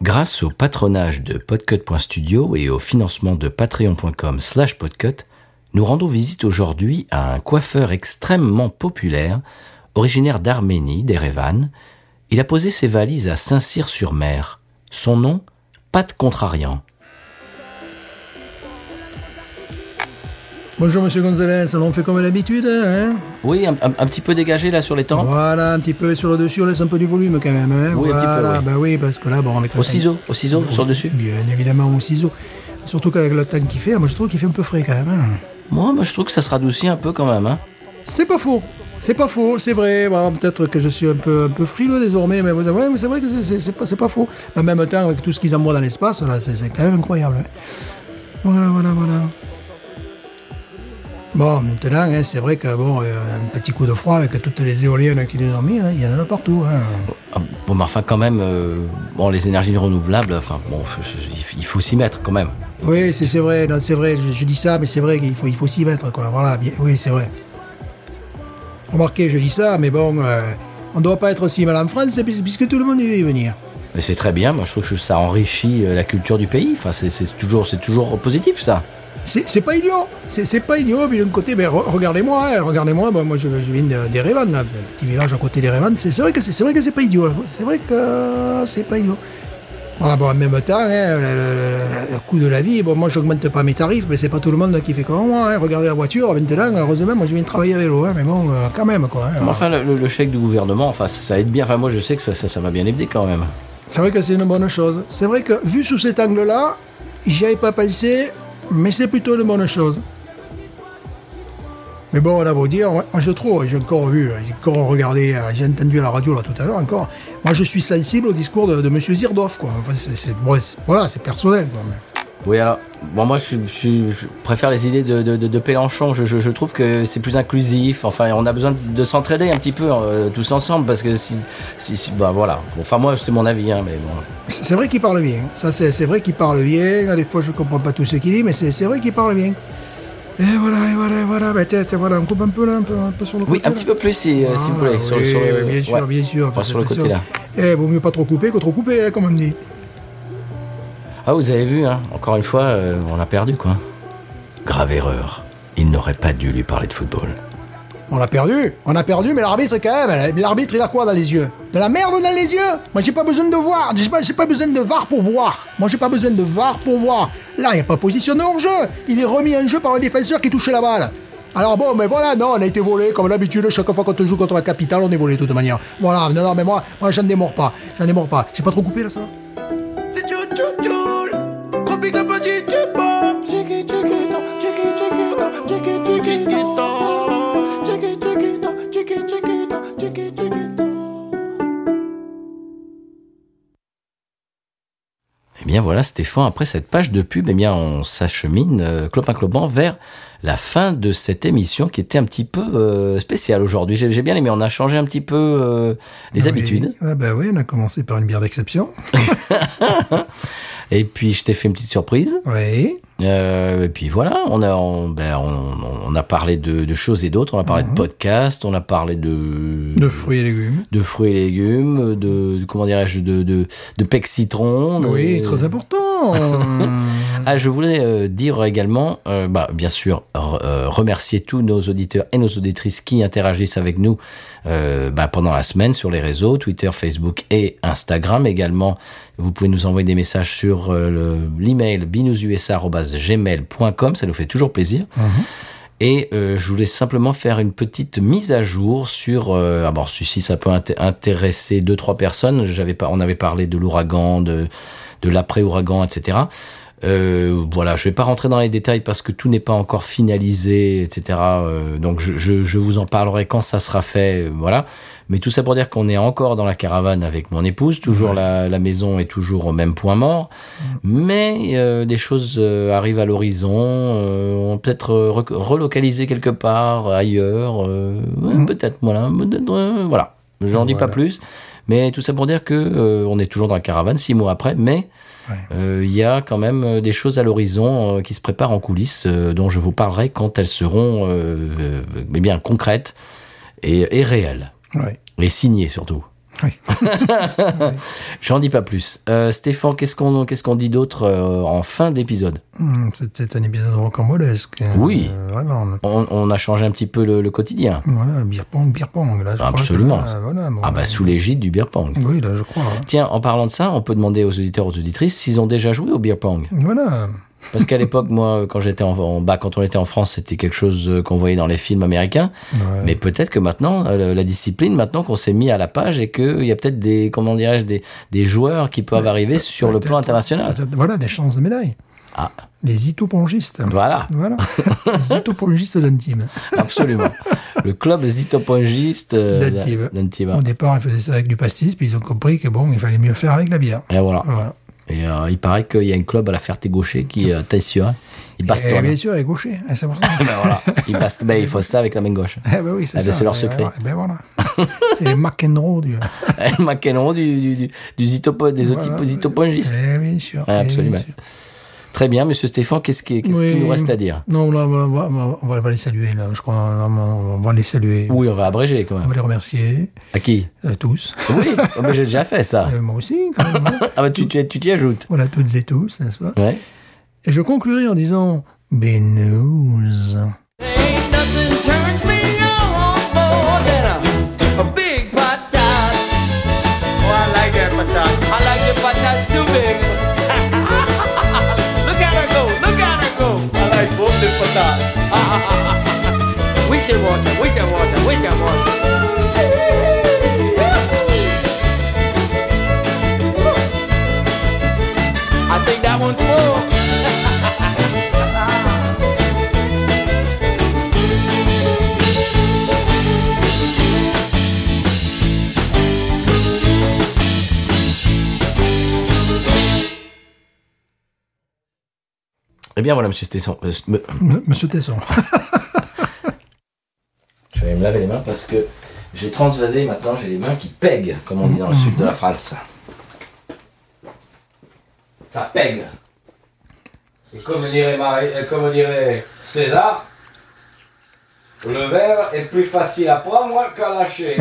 Grâce au patronage de podcut.studio et au financement de patreon.com slash podcut, nous rendons visite aujourd'hui à un coiffeur extrêmement populaire, originaire d'Arménie, d'Erevan. Il a posé ses valises à Saint-Cyr-sur-Mer. Son nom, Pat Contrariant.
Bonjour Monsieur Gonzalez, on fait comme à l'habitude, hein
Oui, un, un- un petit peu dégagé là sur les temps.
Voilà, un petit peu sur le dessus, on laisse un peu du volume quand même, hein
Oui, un petit peu,
Voilà,
oui.
bah oui, parce que là, bon, avec
Au ciseau, au ciseau, sur le dessus.
Bien évidemment au ciseau. Surtout qu'avec le temps qu'il fait, moi je trouve qu'il fait un peu frais quand même. hein.
Moi, moi, je trouve que ça se radoucit un peu quand même. Hein.
C'est pas faux. C'est pas faux, c'est vrai. Bon, peut-être que je suis un peu, un peu frileux désormais, mais vous savez, ouais, mais c'est vrai que c'est- c'est c'est pas, c'est pas faux. En même temps, avec tout ce qu'ils envoient dans l'espace, là, c'est c'est quand même incroyable. hein. Voilà, voilà, voilà. Bon, maintenant, hein, c'est vrai que bon, euh, un petit coup de froid avec toutes les éoliennes qu'ils nous ont mis, là, il y en a partout. hein.
Ah, Bon, mais enfin, quand même, euh, bon, les énergies renouvelables, enfin, bon, f- f- il faut s'y mettre quand même.
Oui, c'est c'est vrai, non, c'est vrai. Je, je dis ça, mais c'est vrai qu'il faut, il faut s'y mettre, quoi. Voilà, bien- oui, c'est vrai. Remarquez, je dis ça, mais bon, euh, on ne doit pas être aussi mal en France puis- puisque tout le monde y veut venir.
Et c'est très bien, moi, je trouve que ça enrichit euh, la culture du pays. Enfin, c'est c'est toujours, c'est toujours positif, ça.
C'est c'est pas idiot, c'est c'est pas idiot. Puis d'un côté, ben, re- regardez-moi, hein, regardez-moi. Bon, moi, je, je viens de- des Révannes, là, d'un petit village à côté des Révannes. C'est c'est vrai que c'est c'est vrai que c'est pas idiot. là. C'est vrai que euh, c'est pas idiot. Voilà, bon, en même temps, hein, le, le- le- le coût de la vie, bon, moi, j'augmente pas mes tarifs, mais c'est pas tout le monde qui fait comme moi. hein. Regardez la voiture, maintenant, heureusement, moi, je viens de travailler à vélo, hein, mais bon, euh, quand même, quoi. hein.
Mais enfin, le, le- le chèque du gouvernement, enfin, ça, ça aide bien. Enfin, moi, je sais que ça, ça, ça va bien aider quand même.
C'est vrai que c'est une bonne chose. C'est vrai que, vu sous cet angle-là, j'y avais pas pensé, mais c'est plutôt une bonne chose. Mais bon, on a beau dire, moi, je trouve, j'ai encore vu, j'ai encore regardé, euh, j'ai entendu à la radio là tout à l'heure encore, moi je suis sensible au discours de, de Monsieur Zirdoff, quoi. Enfin, c'est, c'est- bon, c'est- voilà, c'est personnel, quoi. mais-
Oui, alors, bon, moi, je, suis- je suis- je préfère les idées de, de, de- de Pélenchon. Je, je- je trouve que c'est plus inclusif. Enfin, on a besoin de, de s'entraider un petit peu euh, tous ensemble parce que si, si, si- bah voilà. Enfin, moi, c'est mon avis, hein, mais bon.
C'est c'est vrai qu'il parle bien, ça c'est, c'est vrai qu'il parle bien, des fois je comprends pas tout ce qu'il dit, mais c'est, c'est vrai qu'il parle bien. Et voilà, et voilà, et voilà, bah, tiens, tiens, voilà, on coupe un peu là, un peu, un peu sur le
Oui,
côté,
un
là.
petit peu plus, si, euh, si vous voulez.
Ah, oui, oui, bien sûr,
ouais.
bien sûr.
Enfin, sur le
bien
côté là.
sûr. Eh, vaut mieux pas trop couper que trop couper, hein, comme on dit.
Ah, vous avez vu, hein, encore une fois, euh, on a perdu, quoi. Grave erreur. Il n'aurait pas dû lui parler de football.
On a perdu, on a perdu, mais l'arbitre quand même, elle- l'arbitre il a quoi dans les yeux De la merde dans les yeux Moi j'ai pas besoin de voir, j'ai pas, j'ai pas besoin de VAR pour voir. Moi j'ai pas besoin de VAR pour voir. Là il a pas position de hors-jeu, il est remis en jeu par le défenseur qui touche la balle. Alors bon, mais voilà, non, on a été volé comme d'habitude, chaque fois qu'on joue contre la capitale, on est volé de toute manière. Voilà, non, non, mais moi, moi j'en démords pas, j'en démords pas. J'ai pas trop coupé là ça va
C'est tu tu tu Tropique de petit tu pop Tiki tiki to Tiki tiki to Tiki tiki to Tiki tiki to Tiki tiki to Tiki tiki to
Eh bien voilà, Stéphane, après cette page de pub, eh bien on s'achemine euh, clopin clopant vers la fin de cette émission qui était un petit peu euh, spéciale aujourd'hui. J'ai j'ai bien aimé, on a changé un petit peu euh, les
Oui.
habitudes.
Ah bah oui, on a commencé par une bière d'exception.
Et puis je t'ai fait une petite surprise.
Oui.
Euh, et puis voilà, on a, on, ben, on, on a parlé de, de choses et d'autres, on a parlé de podcasts, on a parlé de...
Mhm. De fruits et légumes.
de fruits et légumes, de, de- comment dirais-je, de, de, de pec citron. de-
Oui, très important.
Ah, je voulais euh, dire également, euh, bah, bien sûr, re- euh, remercier tous nos auditeurs et nos auditrices qui interagissent avec nous euh, bah, pendant la semaine sur les réseaux, Twitter, Facebook et Instagram également. Vous pouvez nous envoyer des messages sur euh, le- l'email binoususa.gmail.com, ça nous fait toujours plaisir. Et euh, je voulais simplement faire une petite mise à jour sur. Euh, ah bon, si si ça peut inté- intéresser deux trois personnes. J'avais pas, on avait parlé de l'ouragan, de de l'après ouragan, etc. Euh, voilà, je vais pas rentrer dans les détails parce que tout n'est pas encore finalisé, etc. Euh, donc je, je, je vous en parlerai quand ça sera fait, euh, voilà. Mais tout ça pour dire qu'on est encore dans la caravane avec mon épouse, toujours la, la maison est toujours au même point mort, mais euh, des choses euh, arrivent à l'horizon, euh, on peut être euh, re- relocalisé quelque part euh, ailleurs, euh, ouais, peut-être voilà, peut-être, euh, voilà. J'en dis pas
Voilà.
plus, mais tout ça pour dire que euh, on est toujours dans la caravane six mois après, mais euh, il y a quand même euh, des choses à l'horizon euh, qui se préparent en coulisses, euh, dont je vous parlerai quand elles seront euh, euh, eh bien concrètes et, et réelles.
Ouais.
Et signées surtout.
Oui.
J'en dis pas plus. Euh, Stéphane, qu'est-ce qu'on qu'est-ce qu'on dit d'autre euh, en fin d'épisode
Hmm, c'est- C'est un épisode rocambolesque. euh,
Oui.
vraiment.
on, on a changé un petit peu le, le quotidien.
Voilà, beer pong, beer pong. Là, je crois que
Absolument.
là, voilà, bon,
Ah bah sous l'égide du beer pong.
Oui, là, je crois. hein.
Tiens, en parlant de ça, on peut demander aux auditeurs aux auditrices s'ils ont déjà joué au beer pong.
Voilà.
Parce qu'à l'époque, moi, quand j'étais en, en- bah, quand on était en France, c'était quelque chose euh, qu'on voyait dans les films américains. Mais peut-être que maintenant, euh, la discipline, maintenant qu'on s'est mis à la page et qu'il y a peut-être des, comment dirais-je, des, des joueurs qui peuvent arriver sur le
Euh, bah, Peut-être-
plan international.
peut-être- Voilà, des chances de médaille.
Ah.
Les itopongistes.
Voilà,
Voilà. les itopongistes d'Antibes.
absolument. le club zitopongiste euh,
D'Antibes.
d'Antibes.
Au départ, ils faisaient ça avec du pastis, puis ils ont compris que bon, il fallait mieux faire avec la bière.
Et voilà.
Voilà.
Et euh, il paraît qu'il y a un club à la Ferté-Gaucher qui euh, Tessieux, hein. Il
Et bien
bastonne.
sûr, elle est gaucher. hein, C'est pour ça.
ben voilà. Il bastonne. Ben, il faut ça avec la main gauche.
Eh ben oui, c'est
Ah ben,
ça.
c'est leur
Eh
secret. Ah,
ben voilà. c'est les McEnroe du.
Le McEnroe du, du, du, du zitopo- des
Voilà.
otipo- zitopongistes.
Eh oui, sûr.
Ouais,
eh
absolument.
oui, sûr.
Très bien, monsieur Stéphane, qu'est-ce qui- qu'est-ce qu'il
Oui.
nous reste à dire
Non, là, on va, on va- on va- on va les saluer, là. Je crois, on va- on va les saluer.
Oui, on va abréger quand
On
même.
va les remercier,
À qui
euh, tous.
Oui, oh, ben, j'ai déjà fait ça.
Euh, moi aussi, quand même. hein.
Ah, ben, tu tu- tu t'y ajoutes.
voilà, toutes et tous, n'est-ce pas
Ouais.
Et je conclurai en disant ben Benous.
Ain't nothing turns me on more than a, a big patat. Oh, I like that patat. I like the patats too big. look at her go, look at her go. I like both the patats. we should watch it, we should watch it, we should watch it. I think that one's full.
Eh bien, voilà, monsieur Stéphane. Euh, me-
M- Monsieur Tesson.
Je vais me laver les mains parce que j'ai transvasé et maintenant j'ai les mains qui pèguent, comme on dit dans le sud de la France. Ça pègue. Et comme dirait, Marie- euh, comme dirait César, le verre est plus facile à prendre qu'à lâcher.